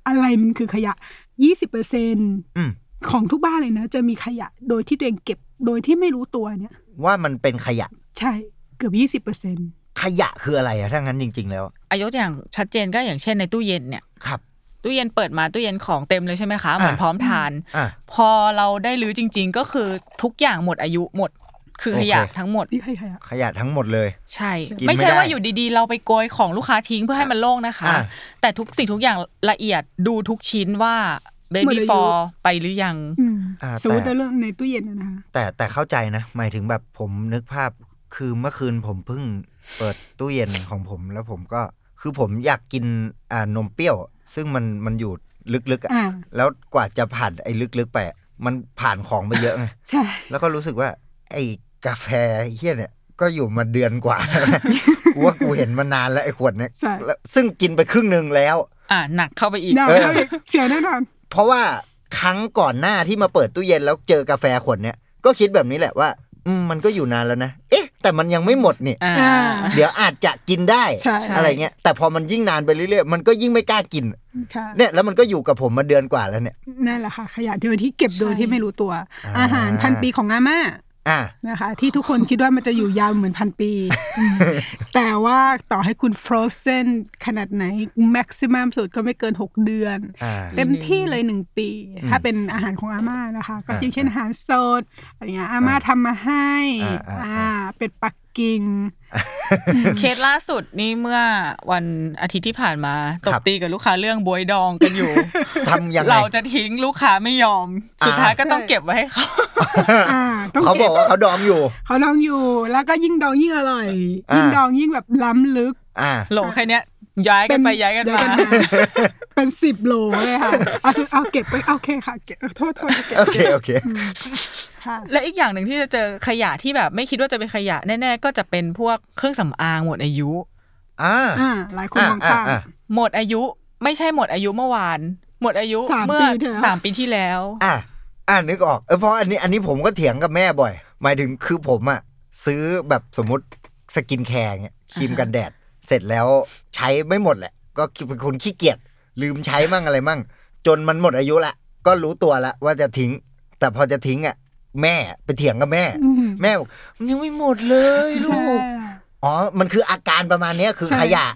อะไรมันคือขยะ 20%เ อืม ของทุกบ้านเลยนะ จะมีขยะโดยที่ตัวเองเก็บโดยที่ไม่รู้ตัวเนี่ย ว่ามันเป็นขยะ ใช่เกือบ 20%เปอร์เซ็นต์ ขยะคืออะไรอะถ้างั้นจริง ๆ แล้วอะ อายกอย่างชัดเจนก็อย่างเช่นในตู้เย็นเนี่ย ครับ ตู้เย็นเปิดมาตู้เย็นของเต็มเลยใช่ไหมคะเหมือน อ่ะ พร้อมทาน อ่ะ พอเราได้รื้อจริง ๆ ก็คือทุกอย่างหมดอายุหมด คือขยะ โอเค ทั้งหมด ที่ขยะ ขยะทั้งหมดเลย ใช่ กินไม่ ไม่ใช่ ได้ ว่าอยู่ดีๆ เราไปโกยของลูกค้าทิ้งเพื่อให้มันโล่งนะคะ อ่ะ แต่ทุกสิ่งทุกอย่างละเอียดดูทุกชิ้นว่า หมด baby อายุ for ไปหรือยัง อืม อ่า สมมติ แต่ เราเรื่องในตู้เย็นนะนะคะ แต่แต่เข้าใจนะ หมายถึงแบบผมนึกภาพคือเมื่อคืนผมเพิ่งเปิดตู้เย็นของผมแล้วผมก็คือผมอยากกินอ่านมเปรี้ยว ซึ่งมันมันอยู่ลึกๆอะ อ่า แล้วกว่าจะผ่านไอ้ลึกๆไปอะมันผ่านของไปเยอะไง ใช่ แล้วก็รู้สึกว่า ไอ้กาแฟเฮี้ยเนี่ย ก็อยู่มาเดือนกว่า (laughs) กูว่ากูเห็นมานานแล้วไอ้ขวดเนี่ย ใช่ แล้วซึ่งกินไปครึ่งหนึ่งแล้ว อ่ะหนักเข้าไปอีก หนัก เออ เข้าไปอีกเสียแน่นอน เพราะว่าครั้งก่อนหน้าที่มาเปิดตู้เย็นแล้วเจอกาแฟขวดเนี้ยก็คิดแบบนี้แหละว่า อืมมันก็อยู่นานแล้วนะ เอ๊ะ แต่มันยังไม่หมดนี่ อ่า อ่า เดี๋ยวอาจจะกินได้ ใช่ ใช่ อะไรเงี้ยแต่พอมันยิ่งนานไปเรื่อยๆ มันก็ยิ่งไม่กล้ากิน ค่ะ เนี่ยแล้วมันก็อยู่กับผมมาเดือนกว่าแล้วเนี่ย นั่นแหละค่ะ ขยะโดยที่เก็บโดย ใช่ ที่ไม่รู้ตัว อ่า อาหารพันปีของอาม่า อ่ะ นะคะ ที่ทุกคนคิดว่ามันจะอยู่ยาวเหมือนพันปี (laughs) แต่ว่าต่อให้คุณฟรอเซนขนาดไหนแม็กซิมัมสุดก็ไม่เกิน 6 เดือน อ่า เต็มที่เลย 1 ปี อืม ถ้าเป็นอาหารของอาม่านะคะ ก็ อ่า เช่นเช่นอาหารสดอะไรเงี้ยอาม่าทำมาให้ อ่าอ่า อ่าเป็ดปักกิ่ง เคสล่าสุดนี่เมื่อวันอาทิตย์ที่ผ่านมาต ค บ รับ ตีกับลูกค้าเรื่องบวยดองกันอยู่ ทำยังไง เราจะทิ้งลูกค้าไม่ยอม สุดท้ายก็ต้อง ใช่ เก็บไว้ให้เขา อ่าต้อง เขาบ เก็ อบ กว่าเขาดองอยู่ เขาดองอยู่ แล้วก็ยิ่งดองยิ่งอร่อย อ่ายิ่ ยิ่งดองยิ่งแบบล้ำลึก อ่า โหลแค่เนี้ยย้ายกันไปย้ายกันมา เป็นสิบโหลเลยค่ะเอาสุดเอาเก็บไปโอเคค่ะเก็บเอาโทษโทษเก็บ โอเคโอเค ค่ะ และอีกอย่างหนึ่งที่จะเจอขยะที่แบบไม่คิดว่าจะเป็นขยะแน่ๆก็จะเป็นพวกเครื่องสำอางหมดอายุ อ่า อ่าหลายคนมองข้าม อ่า หมดอายุไม่ใช่หมดอายุเมื่อวาน หมดอายุ สาม เมื่อ ปีที่แล้ว สามปีที่แล้ว อ่ะอ่านึกออกเออเพราะอันนี้อันนี้ผมก็เถียงกับแม่บ่อย หมายถึงคือผมอะซื้อแบบสมมติสกินแคร์เงี้ยครีมกันแดด เสร็จแล้วใช้ไม่หมดแหละ ก็เป็นคนขี้เกียจลืมใช้มั่งอะไรมั่ง จนมันหมดอายุละ ก็รู้ตัวละว่าจะทิ้ง แต่พอจะทิ้งอะแม่ไปเถียงกับแม่ อืม แม่บอกมันยังไม่หมดเลย ใช่ ลูกอ๋อ มันคืออาการประมาณเนี้ยคือ ใช่ ขยะ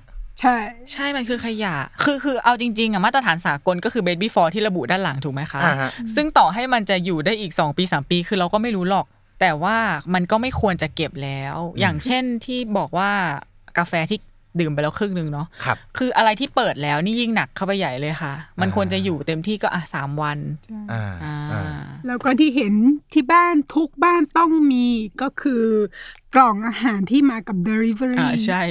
ใช่ ใช่มันคือขยะ คือคือเอาจริงๆอะมาตรฐานสากลก็คือ baby for ที่ระบุด้านหลังถูกไหมคะ อ่าฮะ ซึ่งต่อให้มันจะอยู่ได้อีก 2 ปี 3 ปีคือเราก็ไม่รู้หรอก แต่ว่ามันก็ไม่ควรจะเก็บแล้ว อย่างเช่นที่บอกว่ากาแฟที่ ดื่มไปแล้วครึ่งหนึงเนาะ ครับ คืออะไรที่เปิดแล้วนี่ยิ่งหนักเข้าไปใหญ่เลยค่ะ มัน อ่า ควรจะอยู่เต็มที่ก็อ่ะสามวัน อ่า อ่า อ่า แล้วก็ที่เห็นที่บ้านทุกบ้านต้องมีก็คือกล่องอาหารที่มากับ Delivery อ่าใช่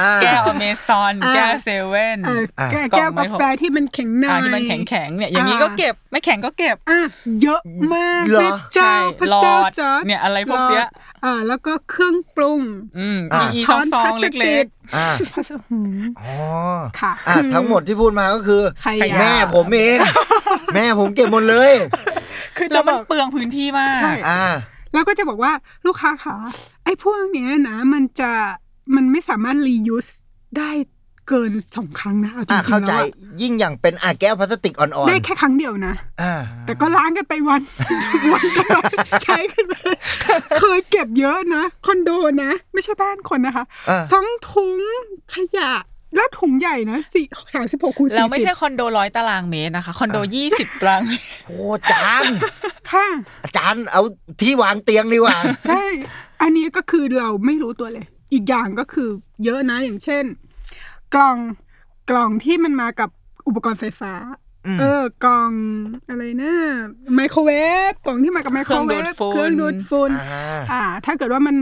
อ่า แก้วอเมซอน อ่า แก้วเซเว่น เออ อ่ะ แก้ว กล่อง แก้ว ไม้ กา หก แฟที่มันแข็งใน อ่าที่มันแข็งแข็งๆเนี่ยอย่างนี้ อ่า ก็เก็บไม่แข็งก็เก็บ อ่ะเยอะมาก เหรอ พระเจ้า ใช่ พระ หลอ เจ้า ด จ๊อด เนี่ยอะไรพวกเนี้ย หลอดอ่าแล้วก็เครื่องปรุง อืม อ่ามี มีอีซองซองๆเล็ก อ่า ๆพลาสติก อ๋อ ค่ะ อ่า คือ ทั้งหมดที่พูดมาก็คือ ใคร ใคร อยาก แม่ผมเอง (laughs) แม่ผมเก็บหมดเลย ๆ คือจะมันเปลืองพื้นที่มาก ใช่ อ่า แล้วก็จะบอกว่าลูกค้าคะไอ้พวกเนี้ยนะมันจะมันไม่สามารถ reuse ได้เกินสองครั้งนะเอาจริ อ่าง ๆ เข้าใจ แล้วอะ ยิ่งอย่างเป็นอ่าแก้วพลาสติกอ่อน ได้แค่ครั้งเดียวนะ ๆอ่า แต่ก็ล้างกันไปวัน (laughs) วันก็ใช้กันไปเคยเก็บเยอะนะ คอนโดนะ ไม่ใช่บ้านคนนะคะ อ่า สองถุงขยะ แล้วถุงใหญ่นะสี่สามสิบหกคูณสี่สิบ แล้วไม่ใช่คอนโดร้อยตารางเมตรนะคะ คอนโดยี่สิบตารางเม (laughs) ตร โอ้อาจารย์ ค่ะ อาจารย์เอาที่วางเตียงดีกว่า ใช่ อันนี้ก็คือเราไม่รู้ตัวเลย อีกอย่างก็คือเยอะนะอย่างเช่น กล่องกล่องที่มันมากับอุปกรณ์ไฟฟ้า อืม เออกล่องอะไรนะไมโครเวฟกล่องที่มากับไมโครเวฟ เครื่องดูดฝุ่น อ่า อ่า ถ้าเกิดว่ามัน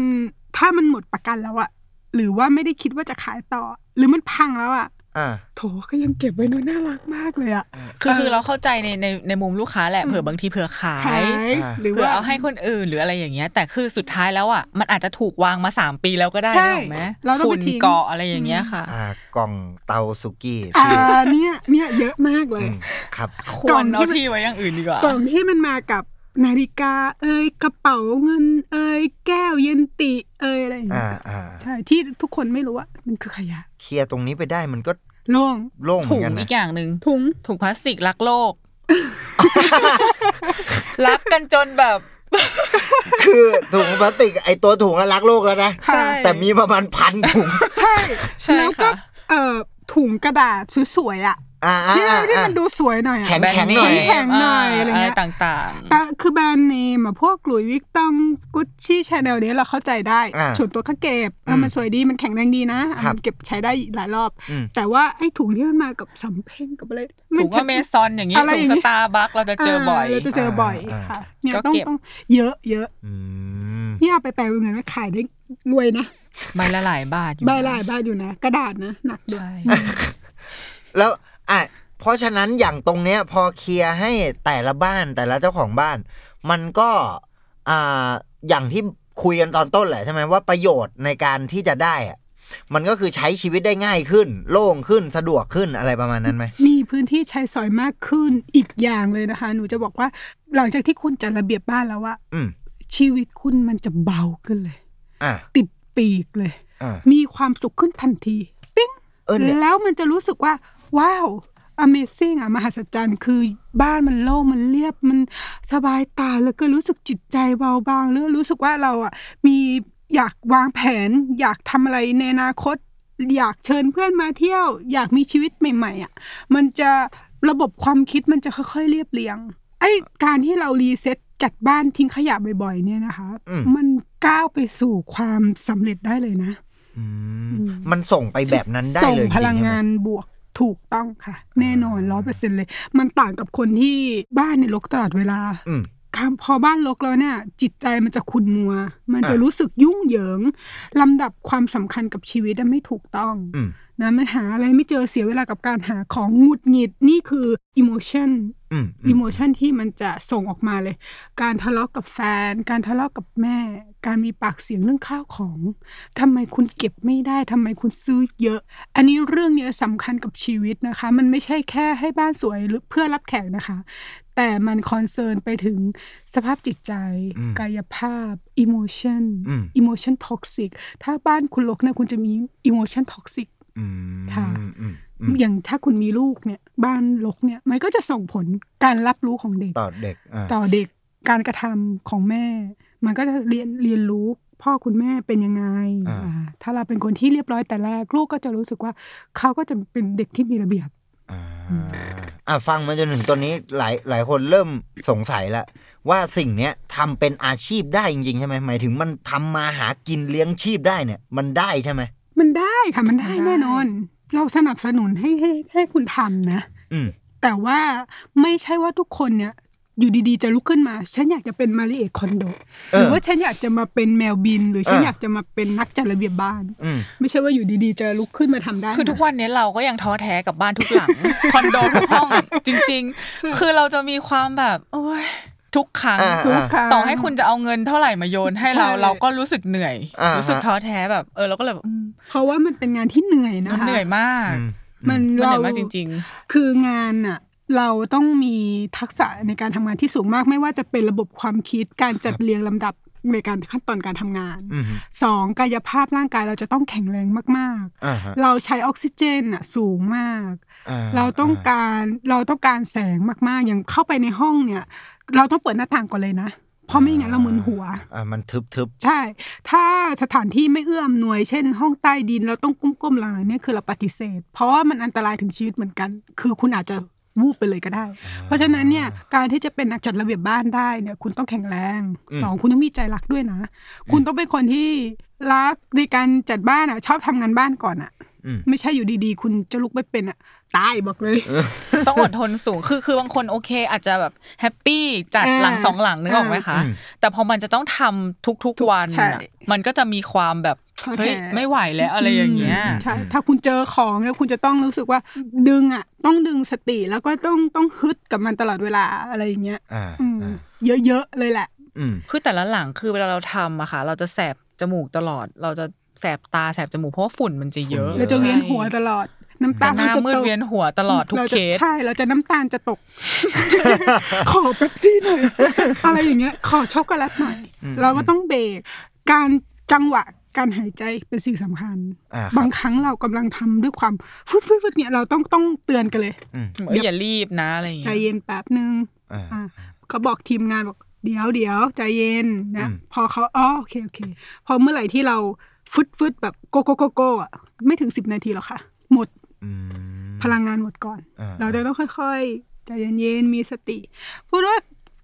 ถ้ามันหมดประกันแล้วอะหรือว่าไม่ได้คิดว่าจะขายต่อ หรือมันพังแล้วอะ อ่า โถก็ยังเก็บไว้เนอะน่ารักมากเลยอะ คือคือเราเข้าใจในในในมุมลูกค้าแหละเผื่อบางทีเผื่อขาย ขาย อ่า หรือ เพื่อ ว่า เอาให้คนอื่นหรืออะไรอย่างเงี้ย แต่คือสุดท้ายแล้วอ่ะมันอาจจะถูกวางมาสามปีแล้วก็ได้ ใช่ ใช่ไหม เราต้องไป ฝุ่น ทิ้ง เกาะอะไรอย่างเงี้ยค่ะ อ่ากล่องเตาสุกี้ อ่า ที่ เนี่ยเนี่ยเยอะมากเล อื ย มครับ ควรเอาที่ไว้อย่างอื่นดีกว่า กล่องที่มันมากับนาฬิกา เอ่ยกระเป๋าเงิน เอ่ยแก้วเย็นติ เอ่ยอะไรอย่าง อ่า เงี้ย อ่า ใช่ที่ทุกคนไม่รู้ว่ามันคือขยะ เคลียร์ตรงนี้ไปได้มันก็ โล่ง โล่งเหมื ถุ อง นกันนะ อีกอย่างหนึ่ง ถุง ถุงพลาสติกรักโลก (laughs) รักกันจนแบบ คือถุงพลาสติกไอตัวถุงอะรักโลกแล้วนะ ค่ะ แต่มีประมาณพันถุง ใช่ ใช่ แล้วก็ ค่ะ เอ่อถุงกระดาษสวยๆอ่ะ อ่าอ่า ที่ อ่า ที่ อ่า มันดูสวยหน่อยอ่ะ แข็ง แบรด์ หน่อย แข็งๆหน่อยอะไรเงี้ย าต่าง แต่คือแบรนด์เนมอะพวกหลุยวิกตองกุชชี่ชาแนลเนี้ยเราเข้าใจได้ อ่า ส่วนตัวก็เก็บเออมันสวยดีมันแข็งแรงดีนะครับ มันเก็บใช้ได้อีกหลายรอบ อืม แต่ว่าไอ้ถุงที่มันมากับสำเพ็งกับอะไร ๆ มั ถุ น ง จะ ว่าเมซอนอย่างเงี้ย อะไรอ ถุง ย่าง ส งี้ ตาร์บัคเราจะเจอบ่อย เราจะเจอบ่อย อ่า ค่ะ เนี่ย ก็ ต้อง เก็บ ต้องเยอะเยอะ อืม นี่เอาไปแปลเป็นเงินว่าขายได้รวยนะ ใบละหลายบาทอยู่ ใบหลายบาทอยู่นะ กระดาษนะหนักด้วย ใช่ แล้วอ่ะเพราะฉะนั้นอย่างตรงเนี้ยพอเคลียร์ให้แต่ละบ้านแต่ละเจ้าของบ้าน มันก็อ่าอย่างที่คุยกันตอนต้นแหละใช่ไหมว่าประโยชน์ในการที่จะได้อะมันก็คือใช้ชีวิตได้ง่ายขึ้น โล่งขึ้นสะดวกขึ้นอะไรประมาณนั้นไหม มีพื้นที่ใช้สอยมากขึ้นอีกอย่างเลยนะคะ หนูจะบอกว่าหลังจากที่คุณจัดระเบียบบ้านแล้วอะ อืม ชีวิตคุณมันจะเบาขึ้นเลย อ่ะ ติดปีกเลย อ่ะ มีความสุขขึ้นทันทีปิ๊ง เออเนี่ย แล้วมันจะรู้สึกว่า ว้าว Amazing อ่ะมหัศจรรย์คือบ้านมันโล่งมันเรียบมันสบายตาแล้วก็รู้สึกจิตใจเบาบางแล้วรู้สึกว่าเราอ่ะมีอยากวางแผน อยากทำอะไรในอนาคต อยากเชิญเพื่อนมาเที่ยว อยากมีชีวิตใหม่ ๆ อ่ะ มันจะระบบความคิดมันจะค่อยๆเรียบเรียงไอ้การที่เรารีเซ็ตจัดบ้านทิ้งขยะบ่อยๆเนี่ยนะคะ มันก้าวไปสู่ความสำเร็จได้เลยนะ อืมมันส่งไปแบบนั้นได้ ส่ง เลย พ จริ ลัง ใช่ไหม งานบวกถูกต้องค่ะ แน่นอนร้อยเปอร์เซ็นเลย มันต่างกับคนที่บ้านในยรกตลอดเวลา อืม ค่ะพอบ้านรกแล้วเนี่ย จิตใจมันจะขุนมัว มันจะ อ่ะ รู้สึกยุ่งเหยิงลำดับความสำคัญกับชีวิตอะไม่ถูกต้อง อืม นะมันหาอะไรไม่เจอเสียเวลากับการหาของหงุดหงิดนี่คืออิโมชัน อืมอื อิ ม โมชันที่มันจะส่งออกมาเลย การทะเลาะกับแฟน การทะเลาะกับแม่ การมีปากเสียงเรื่องข้าวของทำไมคุณเก็บไม่ได้ทำไมคุณซื้อเยอะ อันนี้เรื่องเนี้ยสำคัญกับชีวิตนะคะ มันไม่ใช่แค่ให้บ้านสวยหรือเพื่อรับแขกนะคะ แต่มันคอนเซิร์นไปถึงสภาพจิตใจ กายภาพอิโมชันอิโมชันท็อกซิกถ้าบ้านคุณรกเนี่ยคุณจะมีอิโมชันท็อกซิก อืม ค่ะ อืมอืม อย่างถ้าคุณมีลูกเนี่ยบ้านรกเนี่ยมันก็จะส่งผลการรับรู้ของเด็ก ต่อเด็กอ่า ต่อเด็กการกระทำของแม่ มันก็จะเรียนเรียนรู้พ่อคุณแม่เป็นยังไงอ่าถ้าเราเป็นคนที่เรียบร้อยแต่แรกลูกก็จะรู้สึกว่า เขาก็จะเป็นเด็กที่มีระเบียบ อ่าอ่ะฟังมาจนถึงตอนนี้หลายหลายคนเริ่มสงสัยละว่าสิ่งเนี้ยทำเป็นอาชีพได้จริงๆใช่ไหมหมายถึงมันทำมาหากินเลี้ยงชีพได้เนี่ย มันได้ใช่ไหม มันได้ค่ะมันได้ มันได้ แน่นอน เราสนับสนุนให้ให้ให้คุณทำนะ อืม แต่ว่าไม่ใช่ว่าทุกคนเนี่ย อยู่ดีๆ จะลุกขึ้นมา ฉันอยากจะเป็นมาริเอคอนโด เออ หรือว่าฉันอยากจะมาเป็นแมวบิน หรือฉัเอนอ อ อ ยากจะมาเป็นนักจัดระเบียบบ้าน อืม ไม่ใช่ว่าอยู่ดีๆ จะลุกขึ้นมาทำได้ คือทุกวันนี้เราก็ยังท้อแท้กับบ้านทุกหลัง (laughs) คอนโดทุกห้อง (laughs) จริง ๆ คือเราจะมีความแบบโอ้ยทุกครั้ง อ่า ทุกครั้ง ต่อให้คุณจะเอาเงินเท่าไหร่มาโยนให้เรา ใช่ เราก็รู้สึกเหนื่อย อ่าฮะ รู้สึกท้อแท้แบบเออเราก็เลยแบบอืม เพราะว่ามันเป็นงานที่เหนื่อยนะ มัน คะ เหนื่อยมาก อืม มัน มันเห เรา นื่อยมากจริง คืองานอะเราต้องมีทักษะในการทำงานที่สูงมาก ไม่ว่าจะเป็นระบบความคิดการจัดเรียงลำดับในการขั้นตอนการทำงาน อืม สองกายภาพร่างกายเราจะต้องแข็งแรงมาก อ่าฮะ ๆ เราใช้ออกซิเจนอะสูงมาก อ่ เราต้องการเราต้องการแสงมากๆ อย่างเข้าไปในห้องเนี่ย เราต้องเปิดหน้าต่างก่อนเลยนะ เพราะไม่งั้นเรามึนหัว อ่ามันทึบๆ ใช่ ถ้าสถานที่ไม่เอื้ออำนวย เช่น ห้องใต้ดินเราต้องก้มๆหลังเนี่ยคือเราปฏิเสธ เพราะว่ามันอันตรายถึงชีวิตเหมือนกัน คือคุณอาจจะวูบไปเลยก็ได้ เพราะฉะนั้นเนี่ยการที่จะเป็นนักจัดระเบียบบ้านได้เนี่ยคุณต้องแข็งแรงสองคุณต้องมีใจรักด้วยนะ คุณต้องเป็นคนที่รักในการจัดบ้านอ่ะชอบทำงานบ้านก่อนอ่ะ อืม ไม่ใช่อยู่ดีๆ คุณจะลุกไปเป็นอ่ะตายบอกเลย ๆ ต้องอดทนสูงคือคือบางคนโอเค อาจจะแบบแฮปปี้จัด อ่า หลังสองหลังนึกออกไหมคะ อืม แต่พอมันจะต้องทำทุกๆวัน ใช่ น่ะมันก็จะมีความแบบ ท้อแท้ เฮ้ยไม่ไหวแล้วอะไรอย่างเงี้ย อืมใช่ถ้าคุณเจอของแล้วคุณจะต้องรู้สึกว่าดึงอ่ะ ต้องดึงสติแล้วก็ต้องต้องฮึดกับมันตลอดเวลาอะไรอย่างเงี้ย อ่า อืม อ่า เยอะๆเลยแหละ อืม คือแต่ละหลังคือเวลาเราทำอะค่ะ เราจะแสบจมูกตลอด เราจะแสบตาแสบจมูกเพราะว่าฝุ่นมันจะเยอะ ฝุ่นเยอ เราจะเวียนหัวตลอด น้ำตา แต่หน้า จะตก มืดเวียนหัวตลอดทุก รา เค จะ ส ใช่เราจะน้ำตาลจะตก (laughs) ขอเป๊ปซี่หน่อย (laughs) อะไรอย่างเงี้ย ขอช็อกโกแลตหน่อย เราก็ต้องเบรกการจังหวะการหายใจเป็นสิ่งสำคัญ อ่าครับ บางครั้งเรากำลังทำด้วยความฟุดฟุดฟุดเนี่ยเราต้องต้องเตือนกันเลย อืม เอ้ยอย่ารีบนะอะไรอย่าง ใจ เงี้ย เย็นแป๊บนึง อ่า อ่ะเขาบอกทีมงานบอกเดี๋ยวเดี๋ยวใจเย็นนะ อืม พอเขาอ๋อโอเคโอเค พอเมื่อไหร่ที่เราฟึดฟึดแบบโกโกโกโกอ่ะไม่ถึงสิบนาทีหรอกค่ะ หมด อืม พลังงานหมดก่อน อ่า เราจะต้องค่อยๆ ใจเย็นๆมีสติพูดว่า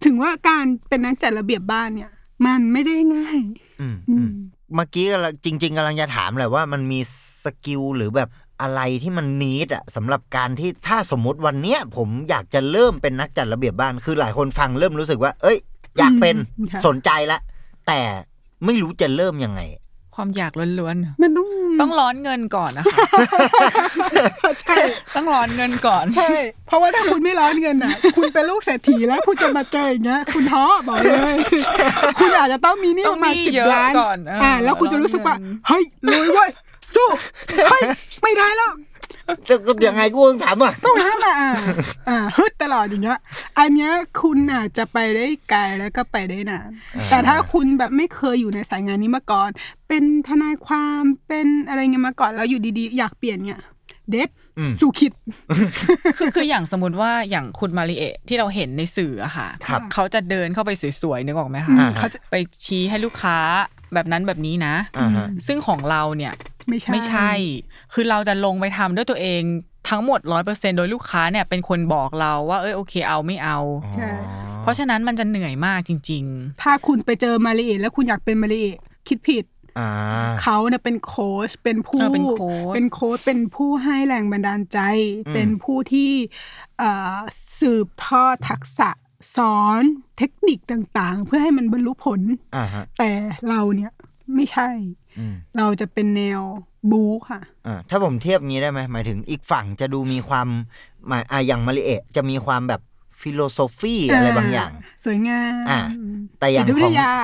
ถึงว่าการเป็นนักจัดระเบียบบ้านเนี่ย มันไม่ได้ง่าย อืม อื อืม ม เมื่อกี้กำลังจริง ๆกำลังจะถามแหละว่ามันมีสกิลหรือแบบอะไรที่มันนิดอะสำหรับการที่ถ้าสมมุติวันเนี้ยผมอยากจะเริ่มเป็นนักจัดระเบียบบ้าน คือหลายคนฟังเริ่มรู้สึกว่า เอ้ย อยาก (laughs) เป็น อืมค่ะ สนใจละ แต่ไม่รู้จะเริ่มยังไง ความอยากล้วน มันต้อง ๆ ต้องร้อนเงินก่อนนะคะ ใช่ ต้องร้อนเงินก่อน ใช่ (laughs) เพราะว่าถ้าคุณไม่ร้อนเงินอ่ะ คุณเป็นลูกเศรษฐีแล้วคุณจะมาเจออย่างเงี้ยคุณท้อบอกเลย (laughs) คุณอาจจะต้องมีหนี่ ต้ ป อง ระ มี มาณสิบ เยอะ ล้าน ก่อนเอออ่ อ่า แล้วคุณจะรู้สึกว่า ร้อนเงิน เฮ้ยรวยเว้ยสู้เฮ้ยไม่ได้แล้ว จะจะยังไงกูต้องถามอ่ะ ต้องทำอ่ะอ่าอ่าฮึดตลอดอย่างเงี้ยอันเนี้ยคุณอาจจะไปได้ไกลแล้วก็ไปได้นานแต่ถ้าคุณแบบไม่เคยอยู่ในสายงานนี้มาก่อน เป็นทนายความเป็นอะไรเงี้ยมาก่อนแล้วอยู่ดีๆ อยากเปลี่ยนเนี่ยเด็ด อืม สู่ขิด คือคืออย่างสมมติว่าอย่างคุณมาริเอะที่เราเห็นในสื่ออะค่ะ ครับ เขาจะเดินเข้าไปสวยๆนึกออกไหม อื คะ ม อ่าฮะ เขาจะ ไปชี้ให้ลูกค้าแบบนั้นแบบนี้นะ อ่าฮะ ซึ่งของเราเนี่ย ไม่ใช่ ไม่ใช่ คือเราจะลงไปทำด้วยตัวเองทั้งหมดร้อยเปอร์เซโดยลูกค้าเนี่ยเป็นคนบอกเราว่าเอ้ยโอเคเอาไม่เอา ใช่ เพราะฉะนั้นมันจะเหนื่อยมากจริง ถ้าคุณไปเจอมาเลเอแล้วคุณอยากเป็นมาเลเอคิดผิด อ่า เขาเนี่ยเป็นโค้ชเป็นผู้ เออเป็นโค้ช เป็นโค้ชเป็นผู้ให้แรงบันดาลใจ เป็นผู้ที่เอ่อสืบทอดทักษะสอนเทคนิคต่างๆ เพื่อให้มันบรรลุผล อ่าฮะ แต่เราเนี่ยไม่ใช่ อืม เราจะเป็นแนวบู๊ค่ะ อ่าถ้าผมเทียบงี้ได้ไหมหมายถึงอีกฝั่งจะดูมีความหมายอ่ะอย่างมาริเอะจะมีความแบบฟิโลโซฟีอะไรบางอย่าง สวยงาม อ่าแต่อย่าง จิตวิ ข ท อง ยา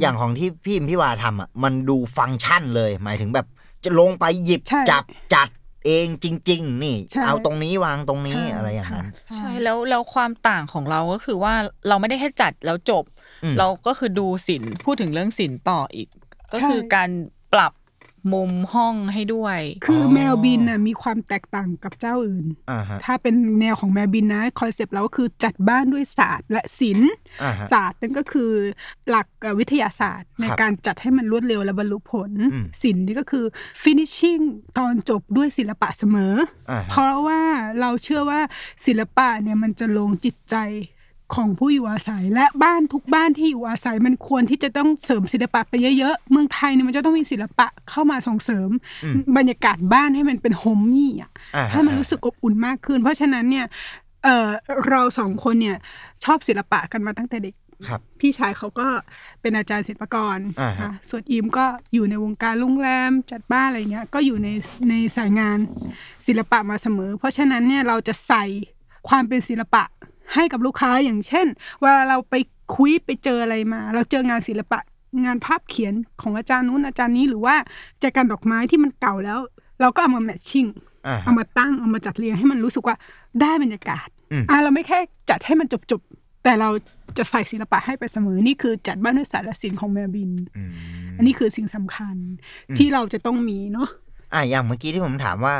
อย่างของที่พี่อิมพี่วาทำอ่ะมันดูฟังก์ชันเลย หมายถึงแบบจะลงไปหยิบ ใช่ จับจัดเองจริง ๆ นี่ ใช่ เอาตรงนี้วางตรงนี้ ใช่ อะไรอย่างนั้น ค่ะ ๆ ใช่แล้วแล้วความต่างของเราก็คือว่าเราไม่ได้แค่จัดแล้วจบ อืม เราก็คือดูสินพูดถึงเรื่องสินต่ออีก ก็ ใช่ คือการปรับมุมห้องให้ด้วย คือแมวบินน่ะมีความแตกต่างกับเจ้าอื่น อ่าฮะ ถ้าเป็นแนวของแมวบินนะคอนเซปต์เราก็คือจัดบ้านด้วยศาสตร์และศิลป์ อ่าฮะ ศาสตร์นั่นก็คือหลักเอ่อวิทยาศาสตร์ ในการจัดให้มันรวดเร็วและบรรลุผล อืม ศิลป์นี่ก็คือ finishing ตอนจบด้วยศิลปะเสมอ าฮะ เพราะว่าเราเชื่อว่าศิลปะเนี่ยมันจะลงจิตใจ ของผู้อยู่อาศัย และบ้านทุกบ้านที่อยู่อาศัยมันควรที่จะต้องเสริมศิลปะไปเยอะๆ เมืองไทยเนี่ยมันจะต้องมีศิลปะเข้ามาส่งเสริม อืม บรรยากาศบ้านให้มันเป็นโฮมมี่อ่ะ อ่าฮะ ให้มันรู้สึกอบอุ่นมากขึ้น เพราะฉะนั้นเนี่ยเอ่อเราสองคนเนี่ยชอบศิลปะกันมาตั้งแต่เด็ก ครับ พี่ชายเขาก็เป็นอาจารย์ศิลปากร อ่าฮะ นะส่วนอีมก็อยู่ในวงการโรงแรมจัดบ้านอะไรเงี้ย ก็อยู่ในในสายงานศิลปะมาเสมอ เพราะฉะนั้นเนี่ยเราจะใส่ความเป็นศิลปะให้กับลูกค้าอย่างเช่น เวลาเราไปคุยไปเจออะไรมา เราเจองานศิลปะงานภาพเขียนของอาจารย์นู้นอาจารย์นี้หรือว่าจากการดอกไม้ที่มันเก่าแล้ว เราก็เอามาแมทชิ่ง อ่าฮะ เอามาตั้งเอามาจัดเรียงให้มันรู้สึกว่าได้บรรยากาศ อืม อ่ะเราไม่แค่จัดให้มันจบๆ แต่เราจะใส่ศิลปะให้ไปเสมอ นี่คือจัดบ้านด้วยสารสินของแมวบิน อืม อันนี้คือสิ่งสำคัญ อืม ที่เราจะต้องมีเนาะ อ่ะอย่างเมื่อกี้ที่ผมถามว่า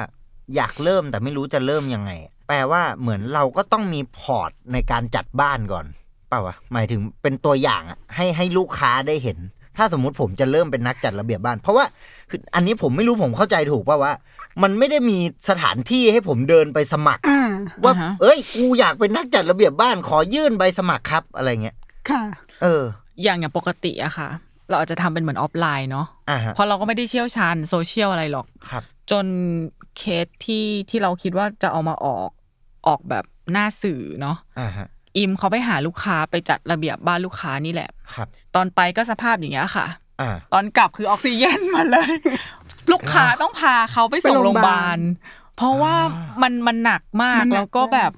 อยากเริ่มแต่ไม่รู้จะเริ่มยังไง แปลว่าเหมือนเราก็ต้องมีพอร์ตในการจัดบ้านก่อนเปล่าวะหมายถึงเป็นตัวอย่างอะให้ให้ลูกค้าได้เห็น ถ้าสมมุติผมจะเริ่มเป็นนักจัดระเบียบบ้าน เพราะว่าคืออันนี้ผมไม่รู้ผมเข้าใจถูกเปล่าว่า มันไม่ได้มีสถานที่ให้ผมเดินไปสมัคร อ่า ว่า อ่าฮะ เอ้ยกูอยากเป็นนักจัดระเบียบบ้านขอยื่นใบสมัครครับอะไรเงี้ย ค่ะ เออ อย่างอย่างปกติอะค่ะ เราอาจจะทำเป็นเหมือนออฟไลน์เนาะ อ่ะฮะ เพราะเราก็ไม่ได้เชี่ยวชาญโซเชียลอะไรหรอก ครับ จนเคสที่ที่เราคิดว่าจะเอามาออกออกแบบหน้าสื่อเนาะ อ่าฮะ อิมเขาไปหาลูกค้าไปจัดระเบียบบ้านลูกค้านี่แหละ ครับ ตอนไปก็สภาพอย่างเงี้ยค่ะ อ่า ตอนกลับคือออกซิเจนมาเลย (laughs) ลูกค้าต้องพาเขาไปส่ง ไปโร โรงพงยายพา บา บา ล ล เพราะว่ามันมันหนักมาก มันหนัก แล้วก็แบบ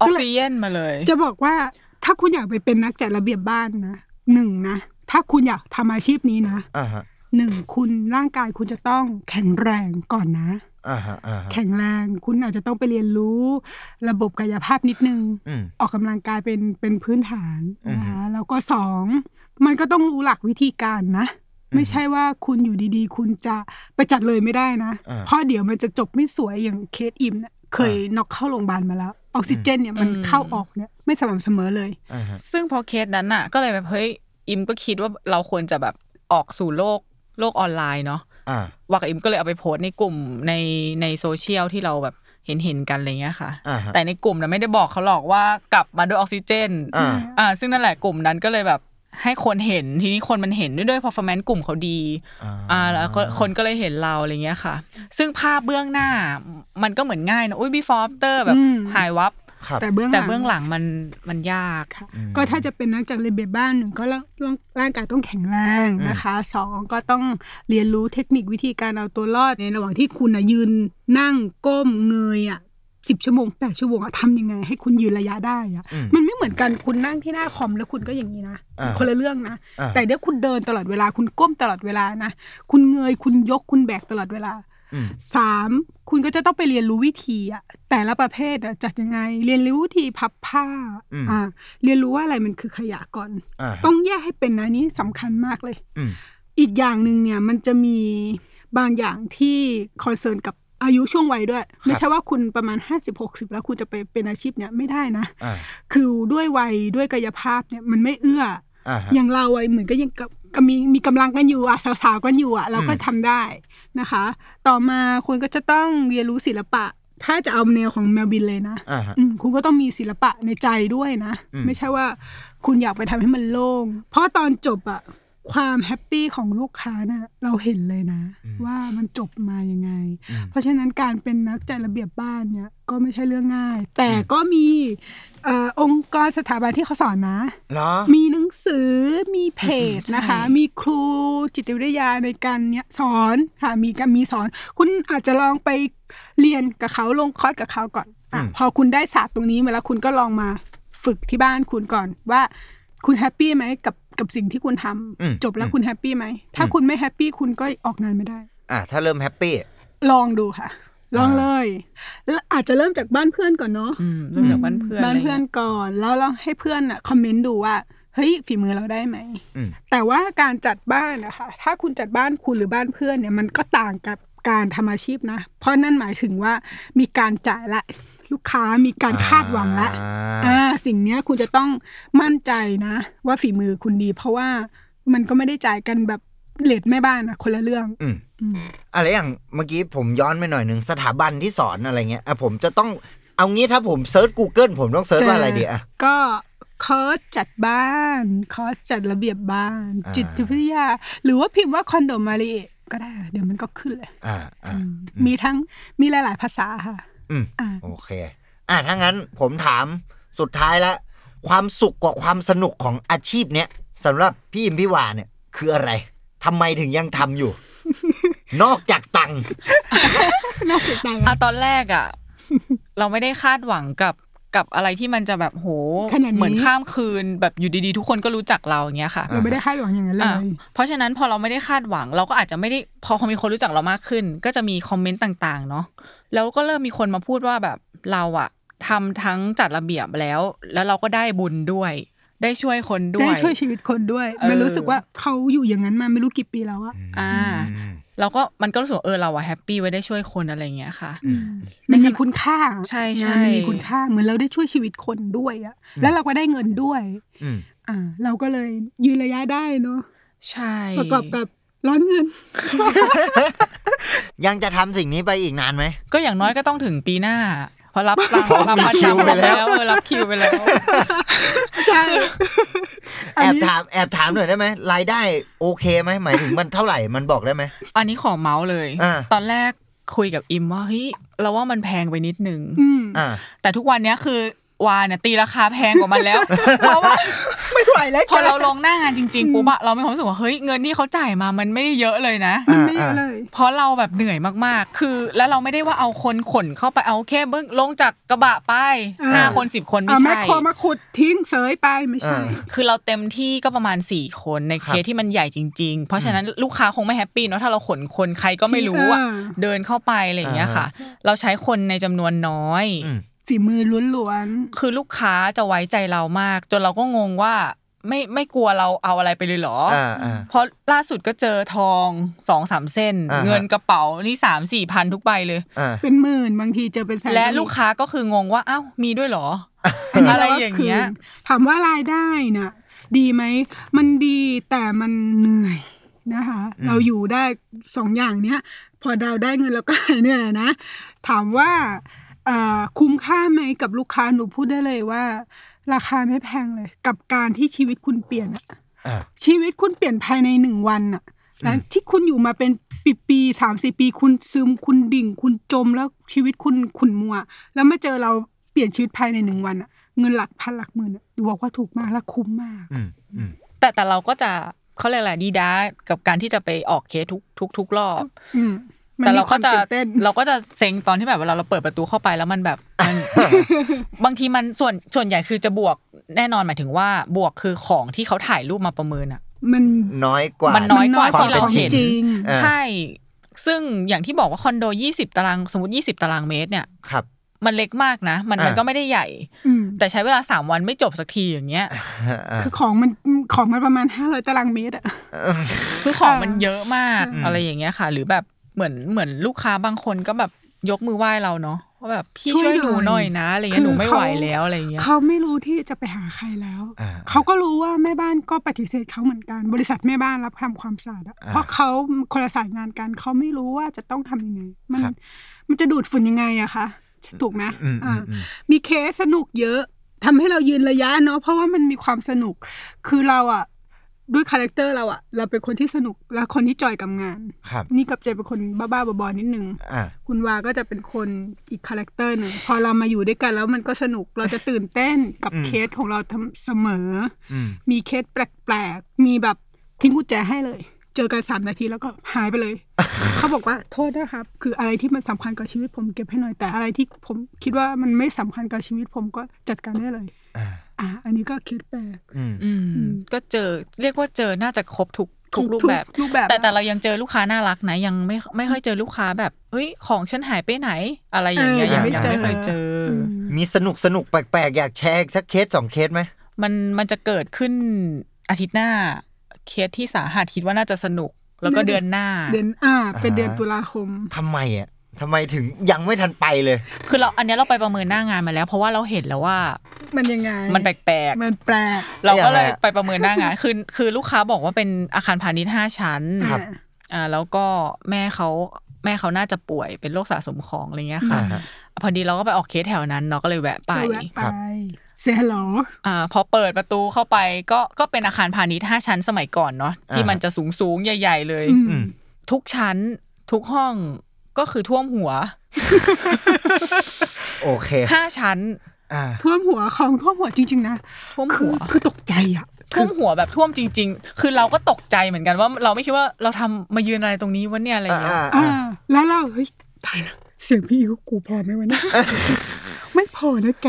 ออกซิเจนมาเลย จะบอกว่าถ้าคุณอยากไปเป็นนักจัดระเบียบบ้านนะหนึ่งนะ ถ้าคุณอยากทำอาชีพนี้นะ อ่าฮะ หนึ่งคุณร่างกายคุณจะต้องแข็งแรงก่อนนะ อ่าฮะอ่าฮะ แข็งแรงคุณอาจจะต้องไปเรียนรู้ ระบบกายภาพนิดนึง อืม ออกกำลังกายเป็นเป็นพื้นฐาน อือ นะ ฮึ คะแล้วก็สองมันก็ต้องรู้หลักวิธีการนะ อือฮึ ไม่ใช่ว่าคุณอยู่ดีๆ คุณจะไปจัดเลยไม่ได้นะ อ่า เพราะเดี๋ยวมันจะจบไม่สวยอย่างเคสอิมเนี่ยเคยน็อกเข้าโรงพยาบาลมาแล้วออกซิเจนเนี่ยมัน อืม เข้าออกเนี่ยไม่สม่ำเสมอเลย อ่าฮะ ซึ่งพอเคสนั้นน่ะ ก็เลยแบบเฮ้ยอิมก็คิดว่าเราควรจะแบบออกสู่โลกโลกออนไลน์เนาะ อ่า วากับอิมก็เลยเอาไปโพสต์ในกลุ่มในในโซเชียลที่เราแบบเห็นเห็นๆกันอะไรเงี้ยค่ะ อ่าฮะ แต่ในกลุ่มนะไม่ได้บอกเขาหรอกว่ากลับมาด้วยออกซิเจน อ่า อ่าซึ่งนั่นแหละกลุ่มนั้นก็เลยแบบให้คนเห็นทีนี้คนมันเห็นด้วยด้วย performance กลุ่มเขาดี อ่าแล้วก็คนก็เลยเห็นเราอะไรเงี้ยค่ะ ซึ่งภาพเบื้องหน้ามันก็เหมือนง่ายนะอุ้ย before after แบบ อืม หายวับ ครับ แต่เบื้อง แต่เบื้อง ห ห ลัง ลังมันมันยาก ค่ะ อืม ก็ถ้าจะเป็นนักจัดระเบียบบ้านหนึ่งก็ร่างร่างร่างกายต้องแข็งแรงนะคะสองก็ต้องเรียนรู้เทคนิควิธีการเอาตัวรอดในระหว่างที่คุณนะยืนนั่งก้มเงยอ่ะสิบชั่วโมงแปดชั่วโมงอะทำยังไง ให้คุณยืนระยะได้อ่ะ อืม มันไม่เหมือนกันคุณนั่งที่หน้าคอมแล้วคุณก็อย่างนี้นะ อ่า คนละเรื่องนะ อ่า แต่เดี๋ยวคุณเดินตลอดเวลาคุณก้มตลอดเวลานะคุณเงยคุณยกคุณแบกตลอดเวลา อืม สามคุณก็จะต้องไปเรียนรู้วิธีอะแต่ละประเภทอะจัดยังไง เรียนรู้วิธีพับผ้า อืม อ่าเรียนรู้ว่าอะไรมันคือขยะก่อน อ่าฮะ ต้องแยกให้เป็นนะนี่สำคัญมากเลย อืม อีกอย่างหนึ่งเนี่ยมันจะมีบางอย่างที่คอนเซิร์นกับอายุช่วงวัยด้วย ไม่ใช่ว่าคุณประมาณ 50-60 แล้วคุณจะไปเป็นอาชีพเนี่ยไม่ได้นะ อ่า คือด้วยวัยด้วยกายภาพเนี่ยมันไม่เอื้อ อ่าฮะ อย่างเราอะเหมือนก็ยังกำกำมีมีกำลังกันอยู่อะสาวๆกันอยู่อะเราก็ อืม ทำได้นะคะ ต่อมาคุณก็จะต้องเรียนรู้ศิลปะ ถ้าจะเอาแนวของแมวบินเลยนะ อ่าฮะ อืมคุณก็ต้องมีศิลปะในใจด้วยนะ อืม ไม่ใช่ว่าคุณอยากไปทำให้มันโล่ง เพราะตอนจบอะความแฮปปี้ของลูกค้านะ่ะเราเห็นเลยนะ ว่ามันจบมายังไง อืม เพราะฉะนั้นการเป็นนักจัดระเบียบบ้านเนี่ยก็ไม่ใช่เรื่องง่าย แต่ก็มีเออองค์กรสถาบันที่เขาสอนนะ เหรอ มีหนังสือมีเพจ อืมใช่ นะคะ มีครูจิตวิทยาในการเนี่ยสอนค่ะมีการมีสอน คุณอาจจะลองไปเรียนกับเขาลงคอร์สกับเขาก่อนอะ อืม พอคุณได้ศาสตร์ตรงนี้มาแล้วคุณก็ลองมาฝึกที่บ้านคุณก่อนว่าคุณแฮปปี้ไหมกับกับสิ่งที่คุณทำ อืม จบแล้ว อืม คุณแฮปปี้ไหมถ้าคุณไม่แฮปปี้คุณก็ออกงานไม่ได้ อ่า ถ้าเริ่มแฮปปี้ ลองดูค่ะ ลอง อ่า เลยแล้วอาจจะเริ่มจากบ้านเพื่อนก่อนเนาะ อืมเริ่มจากบ้านเพื่อน บ้านเพื่อนะ ไรงี้ย ก่อน แล้วเราให้เพื่อนอ่ะคอมเมนต์ดูว่า เฮ้ยฝีมือเราได้ไหม อืม แต่ว่าการจัดบ้านนะคะ ถ้าคุณจัดบ้านคุณหรือบ้านเพื่อนเนี่ยมันก็ต่างกับการทำอาชีพนะ เพราะนั่นหมายถึงว่ามีการจ่ายละลูกค้ามีการคาดหวังละอ่าสิ่งเนี้ยคุณจะต้องมั่นใจนะ ว่าฝีมือคุณดี เพราะว่ามันก็ไม่ได้จ่ายกันแบบเลทแม่บ้านอะคนละเรื่อง อืม อืม อะไรอย่างเมื่อกี้ผมย้อนไปหน่อยหนึ่งสถาบันที่สอนอะไรเงี้ย อ่ะผมจะต้อง เอางี้ถ้าผมเซิร์ช Google ผมต้องเซิร์ชว่าอะไรดีอ่ะ ก็ คอร์สจัดบ้านคอร์สจัดระเบียบบ้าน อ่า จิตวิทยา หรือว่าพิมพ์ว่าคอนโดมาริเอะก็ได้ เดี๋ยวมันก็ขึ้นเลย อ่าอ่า มีทั้งมีหลาย ๆ ภาษาค่ะ อืม อ่า โอเค อ่ะถ้างั้นผมถามสุดท้ายละ ความสุขกว่าความสนุกของอาชีพเนี้ยสำหรับพี่อิมพี่หวาเนี่ย คืออะไรทำไมถึงยังทำอยู่ นอกจากตังค์ น่าเสียดาย อะตอนแรกอะเราไม่ได้คาดหวังกับกับอะไรที่มันจะแบบโห ขนาดนี้ เหมือนข้ามคืนแบบอยู่ดีๆ ทุกคนก็รู้จักเราอย่างเงี้ยค่ะ เราไม่ได้คาดหวังอย่างนั้นเล อ่ะ ย เพราะฉะนั้นพอเราไม่ได้คาดหวัง เราก็อาจจะไม่ได้พอมีคนรู้จักเรามากขึ้น ก็จะมีคอมเมนต์ต่างๆเนาะแล้วก็เริ่มมีคนมาพูดว่าแบบเราอะทำทั้งจัดระเบียบแล้ว แล้วเราก็ได้บุญด้วย ได้ช่วยคนด้ว ได้ ย ช่วยชีวิตคนด้วย เออ มันรู้สึกว่าเขาอยู่อย่างนั้นมาไม่รู้กี่ปีแล้วอะ อ่า เราก็มันก็รู้สึกว่าเออเราอะแฮปปี้ไว้ได้ช่วยคนอะไรอย่างเงี้ยค่ะ มันมีคุณค่า ใช่ใช่ งานมันมีคุณค่าเหมือนเราได้ช่วยชีวิตคนด้วยอะแล้วเราก็ได้เงินด้วย อืม อ่า เราก็เลยยืนระยะได้เนาะ ใช่ ประกอบกับร้อนเงิน ยังจะทำสิ่งนี้ไปอีกนานไหม ก็อย่างน้อยก็ต้องถึงปีหน้า พอรับตั (laughs) งค์รับ มี มา คิว จำ ไป ไป แล้ แล้ว วเออรับคิวไปแล้ว ใช่ แอบถามแอบถามหน่อยได้ไหมรายได้โอเคไหมหมายถึงมันเท่าไหร่มันบอกได้ไหม อันนี้ขอเมาส์เลย อ่า ตอนแรกคุยกับอิมว่าเฮ้ยเราว่ามันแพงไปนิดนึง อืม อ่า แต่ทุกวันเนี้ยคือวาเนี่ยตีราคาแพงกว่ามั (laughs) นแล้ว เพราะว่า ไม่ไหวแล้ว พอเราลงหน้างานจริงๆปุ๊บอะเราไม่รู้สึกว่าเฮ้ยเงินที่เขาจ่ายมามันไม่ได้เยอะเลยนะ มันไม่เยอะเลย เพราะเราแบบเหนื่อยมากๆ คือแล้วเราไม่ได้ว่าเอาคนขนเข้าไปเอาแค่เบิ้งลงจากกระบะไป อ่า ห้าคนสิบคนไม่ เอาแมคใช่โครมาขุดทิ้งเสยไปไม่ใช่ อ่า คือเราเต็มที่ก็ประมาณ 4 คนใน ค เครับ สที่มันใหญ่จริง ๆ เพราะฉะนั้นลูกค้าคงไม่แฮปปี้เนาะถ้าเราขนคนใครก็ไม่รู้อะ อ่า เดินเข้าไปอะไรอย่างเงี้ยค่ะ เราใช้คนในจำนวนน้อย อืม ฝีมือล้วน คือลูกค้าจะไว้ใจเรามาก จนเราก็งงว่าไม่ไม่กลัวเราเอาอะไรไปเลยเหรออ อ่าอ่า เพราะล่าสุดก็เจอทองสองสามเส้น อ่าฮะ เงินกระเป๋านี่สามสี่พันทุกใบเลย อ่า ๆ เป็นหมื่นบางทีเจอเป็นแสน และ มี ลูกค้าก็คืองงว่าอ้าวมีด้วยเหรอ อันนี้ อะไร ก็ อย่างเงี้ย คืถามว่ารายได้น่ะ ดีไหม มันดีแต่มันเหนื่อยนะคะ อืม เราอยู่ได้สองอย่างเนี้ย พอเราได้เงินเราก็หายเหนื่อยนะ ถามว่าเอ่อคุ้มค่าไหมกับลูกค้าหนูพูดได้เลยว่า ราคาไม่แพงเลย กับการที่ชีวิตคุณเปลี่ยนอะ อ่า ชีวิตคุณเปลี่ยนภายในหนึ่งวันอะหลังที่คุณอยู่มาเป็นสิบปีสามสิบปี คุณซึมคุณดิ่ง คุณจมแล้วชีวิตคุณขุ่นมัว แล้วมาเจอเราเปลี่ยนชีวิตภายในหนึ่งวันอะเงินหลักพันหลักหมื่นอะดูบอกว่าถูกมากและคุ้มมาก อืมอืม แต่แต่เราก็จะเขาเรียกอะไรดีด้ากับการที่จะไปออกเคสทุกทุกทุกรอบ อืมมัน แต่เรา มีค ก็ วาม จะ ตื่นเต้น เราก็จะเซ็งตอนที่แบบเวลาเราเปิดประตูเข้าไปแล้วมัน (laughs) แบบมัน บางทีมันส่วนส่วนใหญ่คือจะบวกแน่นอนหมายถึงว่าบวกคือของที่เขาถ่ายรูปมาประเมินอ่ะ มัน น้อยกว่า มันน้อยกว่าที่เรา ของ เห็น จริง อ่า ใช่ ซึ่งอย่างที่บอกว่าคอนโด 20 ตารางสมมติ 20 ตารางเมตรเนี่ย ครับ มันเล็กมากนะ มันมัน อ่า ก็ไม่ได้ใหญ่ อืม แต่ใช้เวลา 3 วันไม่จบสักทีอย่างเงี้ย อ่า คือของมันของมันประมาณห้าร้อยตารางเมตรอะ คือของมันเยอะมาก อืม อะไรอย่างเงี้ยค่ะ หรือแบบเหมือนเหมือนลูกค้าบางคนก็แบบยกมือไหว้เราเนาะว่าแบบพี่ ช่วย ช่วยหนู ห ห น่ น่ อ อย ยนะอะไรเงี้ยหนูไม่ไหวแล้วอะไรเงี้ย เขาไม่รู้ที่จะไปหาใครแล้ว อ่า เขาก็รู้ว่าแม่บ้านก็ปฏิเสธเขาเหมือนกัน บริษัทแม่บ้านรับทำความสะอาดอะ อ่า เพราะเขาคนละสายงานกันเขาไม่รู้ว่าจะต้องทำยังไง มัน ครับ มันจะดูดฝุ่นยังไงอะคะถูกไหม อืมอื อ่า มอืม มีเคสสนุกเยอะทำให้เรายืนระยะเนาะเพราะว่ามันมีความสนุก คือเราอะด้วยคาแรคเตอร์เราอะเราเป็นคนที่สนุกและคนที่จอยกับงาน ครับ นี่กับเจเป็นคนบ้าๆบอๆนิดนึง อ่า คุณวาก็จะเป็นคนอีกคาแรคเตอร์หนึ่งพอเรามาอยู่ด้วยกันแล้วมันก็สนุกเราจะตื่นเต้นกับ อืม เคสของเราทำเสมอ อืม มีเคสแปลกๆ มีแบบทิ้งกุญแจให้เลย เจอกันสามนาทีแล้วก็หายไป (laughs) เลย เขาบอกว่าโทษนะครับ คืออะไรที่มันสำคัญกับชีวิตผมเก็บให้หน่อยแต่อะไรที่ผมคิดว่ามันไม่สำคัญกับชีวิตผมก็จัดการได้เลย อ่า อ่ะอันนี้ก็เคสแปลก อืม อืม อืม ก็เจอเรียกว่าเจอน่าจะครบทุกทุกรูปแบบ รูปแบบ แต่แต่เรายังเจอลูกค้าน่ารักนะ ยังไม่ไม่ค่อยเจอลูกค้าแบบเฮ้ยของฉันหายไปไหน อะไรอย่างเงี้ยยังยังไม่เคยเจออ ม มีสนุกสนุกแปลกๆ อยากแชร์อีกสักเคสสองเคสไหม มันมันจะเกิดขึ้นอาทิตย์หน้า เคสที่สาหัสคิดว่าน่าจะสนุก แล้วก็เดือนหน้า เดือนอ่า เป็น อ่า เดือนตุลาคม ทำไมอ่ะทำไมถึงยังไม่ทันไปเลย คือเราอันเนี้ยเราไปประเมินหน้างานมาแล้ว เพราะว่าเราเห็นแล้วว่า มันยังไง มันแปลก มันแปลก ๆเราก็เลย ยังไงอะ ไปประเมินหน้างาน (laughs) คือคือลูกค้าบอกว่าเป็นอาคารพาณิชย์ห้าชั้น ครับ อ่า อ่าแล้วก็แม่เขา แม่เขาน่าจะป่วยเป็นโรคสะสมของอะไรเงี้ยค่ะ อ่าฮะ พอดีเราก็ไปออกเคสแถวนั้นเนาะก็เลยแวะไป ก็แวะไป ครับ เซฮัลโหล อ่าพอเปิดประตูเข้าไปก็ก็เป็นอาคารพาณิชย์ห้าชั้นสมัยก่อนเนาะที่ อ่าฮะ มันจะสูงสูงๆใหญ่ ๆ เลย อืม อืม ทุกชั้นทุกห้องก็คือท่วมหัว โอเค ห้าชั้น อ่า ท่วมหัวของท่วมหัวจริง ๆ นะ ท่วม คื หัว คือตกใจอ่ะ ท่วมหัวแบบท่วมจริง ๆ คือเราก็ตกใจเหมือนกันว่าเราไม่คิดว่าเราทำมายืนอะไรตรงนี้วะเนี่ยอะไรอย่างเงี้ย อ่าแล้วเราเฮ้ยตายละเสียงพี่อิวกูพอไหม (laughs) วะเนี่ย ไม่พอนะแก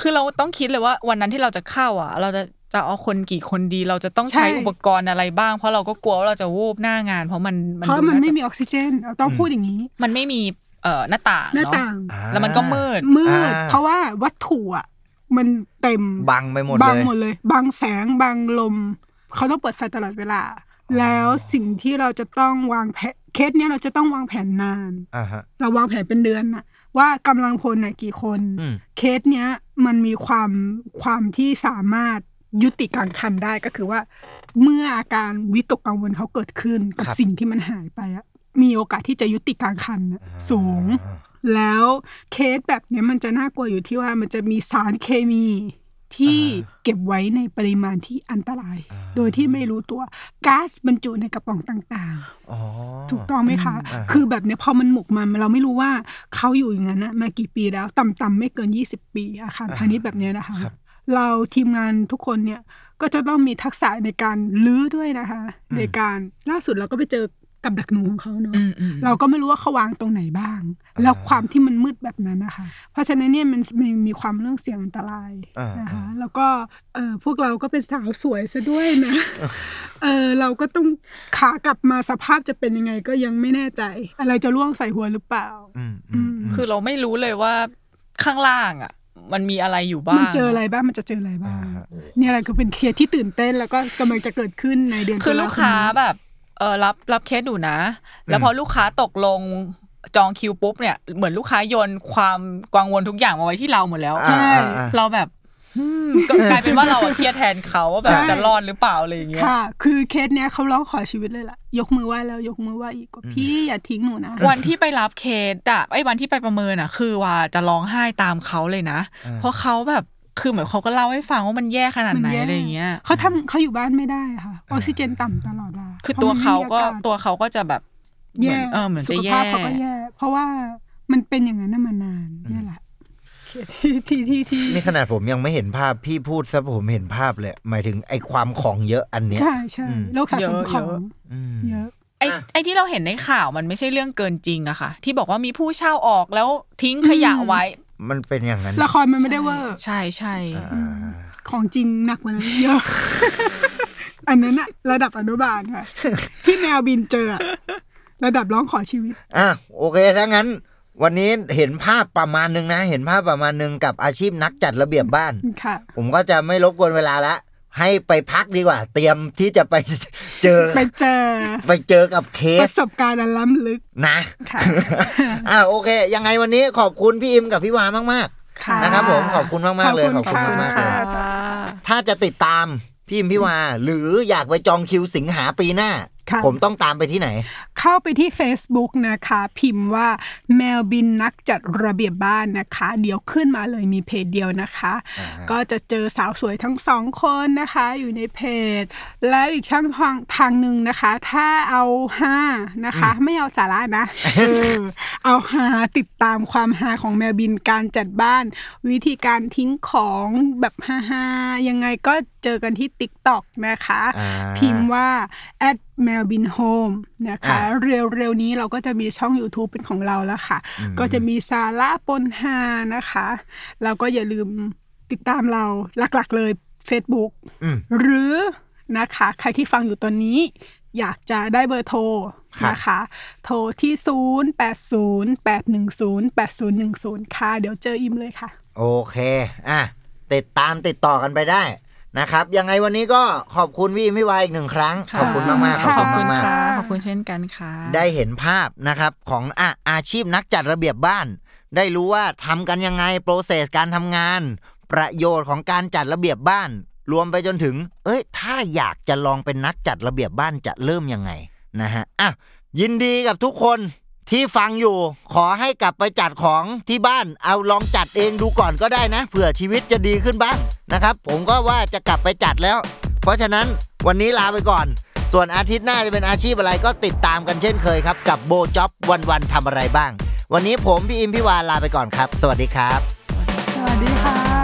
คือเราต้องคิดเลยว่าวันนั้นที่เราจะเข้าอ่ะ เราจะจะเอาคนกี่คนดี เราจะต้องใช้ ใช่ อุปกรณ์อะไรบ้าง เพราะเราก็กลัวว่าเราจะวูบหน้างาน เพราะมัน เพราะ ดู มันไม่ าจ มีออกซิเจนเราต้องพูดอย่างนี้ มันไม่มีเอ่อหน้าต่าง หน้า เนาะ ต่าง แล้วมันก็มืด มื อ่ ด า เพราะว่าวัตถุอ่ะมันเต็ม บังไปหมด บัง เลย หมดเลยบังแสงบังลม เขาต้องเปิดไฟตลอดเวลา แล้วสิ่งที่เราจะต้องวางแผนเคสเนี้ยเราจะต้องวางแผนนาน อ่าฮะ เราวางแผนเป็นเดือนน่ะ ว่ากำลังพลน่ะกี่คน อืม เคสเนี้ยมันมีความความที่สามารถยุติการคันได้ก็คือว่า เมื่ออาการวิตกกังวลเขาเกิดขึ้นกับ ครับ สิ่งที่มันหายไปอะมีโอกาสที่จะยุติการคันน่ะสูง แล้วเคสแบบเนี้ยมันจะน่ากลัวอยู่ที่ว่ามันจะมีสารเคมีที่เก็บไว้ในปริมาณที่อันตราย อ่า โดยที่ไม่รู้ตัวก๊าซบรรจุในกระป๋องต่าง อ๋อ ๆ ถูกต้องไหมคะ อ่า คือแบบเนี้ยพอมันหมกมันเราไม่รู้ว่าเขาอยู่อย่างนั้นนะมากี่ปีแล้วต่ำๆไม่เกิน 20 ปีอาคารพาณิชย์แบบเนี้ยนะคะ เราทีมงานทุกคนเนี่ยก็จะต้องมีทักษะในการรื้อด้วยนะคะ อืม ในการล่าสุดเราก็ไปเจอกับดักหนูของเขาเนาะ อืมอืม เราก็ไม่รู้ว่าเขาวางตรงไหนบ้าง แล้วความที่มันมืดแบบนั้นนะคะ เพราะฉะนั้นเนี่ยมันมันมีความเรื่องเสี่ยงอันตราย อ่าน นะคะ อ่า แล้วก็เออพวกเราก็เป็นสาวสวยซะด้วยนะ เออเราก็ต้องขากลับมาสภาพจะเป็นยังไงก็ยังไม่แน่ใจ อะไรจะร่วงใส่หัวหรือเปล่า อืมอืมม คือเราไม่รู้เลยว่าข้างล่างอ่ะ มันมีอะไรอยู่บ้าง มันเจออะไรบ้างมันจะเจออะไร อ่า บ้าง ฮะ เนี่ยอะไรก็เป็นเคสที่ตื่นเต้นแล้วก็กำลังจะเกิดขึ้นในเดือน คือ ตุ ลู ม กค้าแบบเออรับรับเคสดูนะ แล้วพอลูกค้าตกลงจองคิวปุ๊บเนี่ยเหมือนลูกค้าโยนความกังวลทุกอย่างมาไว้ที่เราหมดแล้ว อ่าอ่าอ่า เราแบบอืมก็กลายเป็นว่าเราอะเครียดแทนเขาว่าแบบ ใช่ จะรอดหรือเปล่าอะไรอย่างเงี้ย ค่ะ คือเคสเนี้ยเขาร้องขอชีวิตเลยล่ะ ยกมือไหว้แล้วยกมือไหว้อีกว่าพี่อย่าทิ้งหนูนะ วันที่ไปรับเคสอะไอ้วันที่ไปประเมินอะคือว่าจะร้องไห้ตามเขาเลยนะ อ่า เพราะเขาแบบคือเหมือนเขาก็เล่าให้ฟังว่ามันแย่ขนาดไหน มันแย่ อะไรอย่างเงี้ย เขาทำเขาอยู่บ้านไม่ได้ค่ะ ออกซิเจนต่ำตลอดเวลา คือตัวเขาก็ เพ ตั ราะ วเขาก็จะแบบ มันไม่มีอากาศแย่สุเหมือนเออเหมือนจะ ข แย่ ภาพเขาก็แย่ เพราะว่ามันเป็นอย่างนั้นน่ะมานานเนี่ยแหละที่ที่ที่ที่ นี่ขนาดผมยังไม่เห็นภาพพี่พูดซะผมเห็นภาพเลย หมายถึงไอ้ความของเยอะอันเนี้ย ใช่ใช่ อืม โรคสะสมของ อืม เยอะ ไอ้ อ่ะ ไอ้ที่เราเห็นในข่าวมันไม่ใช่เรื่องเกินจริงอะค่ะ ที่บอกว่ามีผู้เช่าออกแล้วทิ้งขยะไว้ มันเป็นอย่างนั้น ละครมันไม่ได้เวอร์ ใช่ใช่ อ่า ของจริงหนักกว่านั้นเยอะ อันนั้นอะระดับอนุบาลค่ะ ที่แมวบินเจออะระดับร้องขอชีวิต อ่ะโอเคถ้างั้น วันนี้เห็นภาพประมาณหนึ่งนะ เห็นภาพประมาณหนึ่งกับอาชีพนักจัดระเบียบบ้าน ค่ะ ผมก็จะไม่รบกวนเวลาละ ให้ไปพักดีกว่า เตรียมที่จะไป เจอ ไปเจอ ไปเจอกับเค ป ส ระสบการณ์อันล้ำลึก นะ ค่ะ อ่ะโอเค ยังไงวันนี้ขอบคุณพี่อิมกับพี่วามาก ค่ะ ๆนะครับผมขอบคุณมากๆเลยข ข อ อ บบ คุ คุณ ณ มากๆเค่ะลย ถ้าจะติดตามพี่อิมพี่วา หรืออยากไปจองคิวสิงหาปีหน้า ค่ะ ผมต้องตามไปที่ไหน เข้าไปที่ Facebook นะคะ พิมพ์ว่าแมวบินนักจัดระเบียบบ้านนะคะ เดี๋ยวขึ้นมาเลยมีเพจเดียวนะคะ อ่าฮะ ก็จะเจอสาวสวยทั้งสองคนนะคะ อยู่ในเพจ และอีกช่องทางทางหนึ่งนะคะ ถ้าเอาฮานะคะ ไม่เอาสาระ (laughs) นะเออเอาฮาติดตามความฮาของแมวบินการจัดบ้าน วิธีการทิ้งของแบบฮาฮาๆยังไงก็เจอกันที่ TikTok นะคะ อ่า พิมพ์ว่า at melbin home นะคะ อ่า เร็วๆนี้เราก็จะมีช่อง YouTube เป็นของเราแล้วค่ะ อืม ก็จะมีสาระปนฮานะคะแล้วก็อย่าลืมติดตามเราหลักๆเลย Facebook อืม หรือนะคะ ใครที่ฟังอยู่ตอนนี้ อยากจะได้เบอร์โทร ครับ นะคะ โทรที่ 0808108010 ค่ะ เดี๋ยวเจออิมเลยค่ะ โอเค อ่ะ ติดตามติดต่อกันไปได้นะครับ ยังไงวันนี้ก็ขอบคุณพี่อิมพี่วาอีกหนึ่งครั้ง ขอบคุณมากๆขอบ ข คุ อบ ณ คุณ มาก ค่ะ ๆ ขอบคุณเช่นกันค่ะ ได้เห็นภาพนะครับของอาอาชีพนักจัดระเบียบบ้าน ได้รู้ว่าทำกันยังไงโปรเซสการทำงาน ประโยชน์ของการจัดระเบียบบ้าน รวมไปจนถึง เอ้ย ถ้าอยากจะลองเป็นนักจัดระเบียบบ้านจะเริ่มยังไงนะฮะอ่ะยินดีกับทุกคน ที่ฟังอยู่ ขอให้กลับไปจัดของที่บ้าน เอาลองจัดเองดูก่อนก็ได้นะเผื่อชีวิตจะดีขึ้นบ้างนะครับ ผมก็ว่าจะกลับไปจัดแล้ว เพราะฉะนั้นวันนี้ลาไปก่อน ส่วนอาทิตย์หน้าจะเป็นอาชีพอะไรก็ติดตามกันเช่นเคยครับ กับโบจ็อบวันวันๆทำอะไรบ้าง วันนี้ผมพี่อิมพี่วานลาไปก่อนครับ สวัสดีครับ สวัสดีค่ะ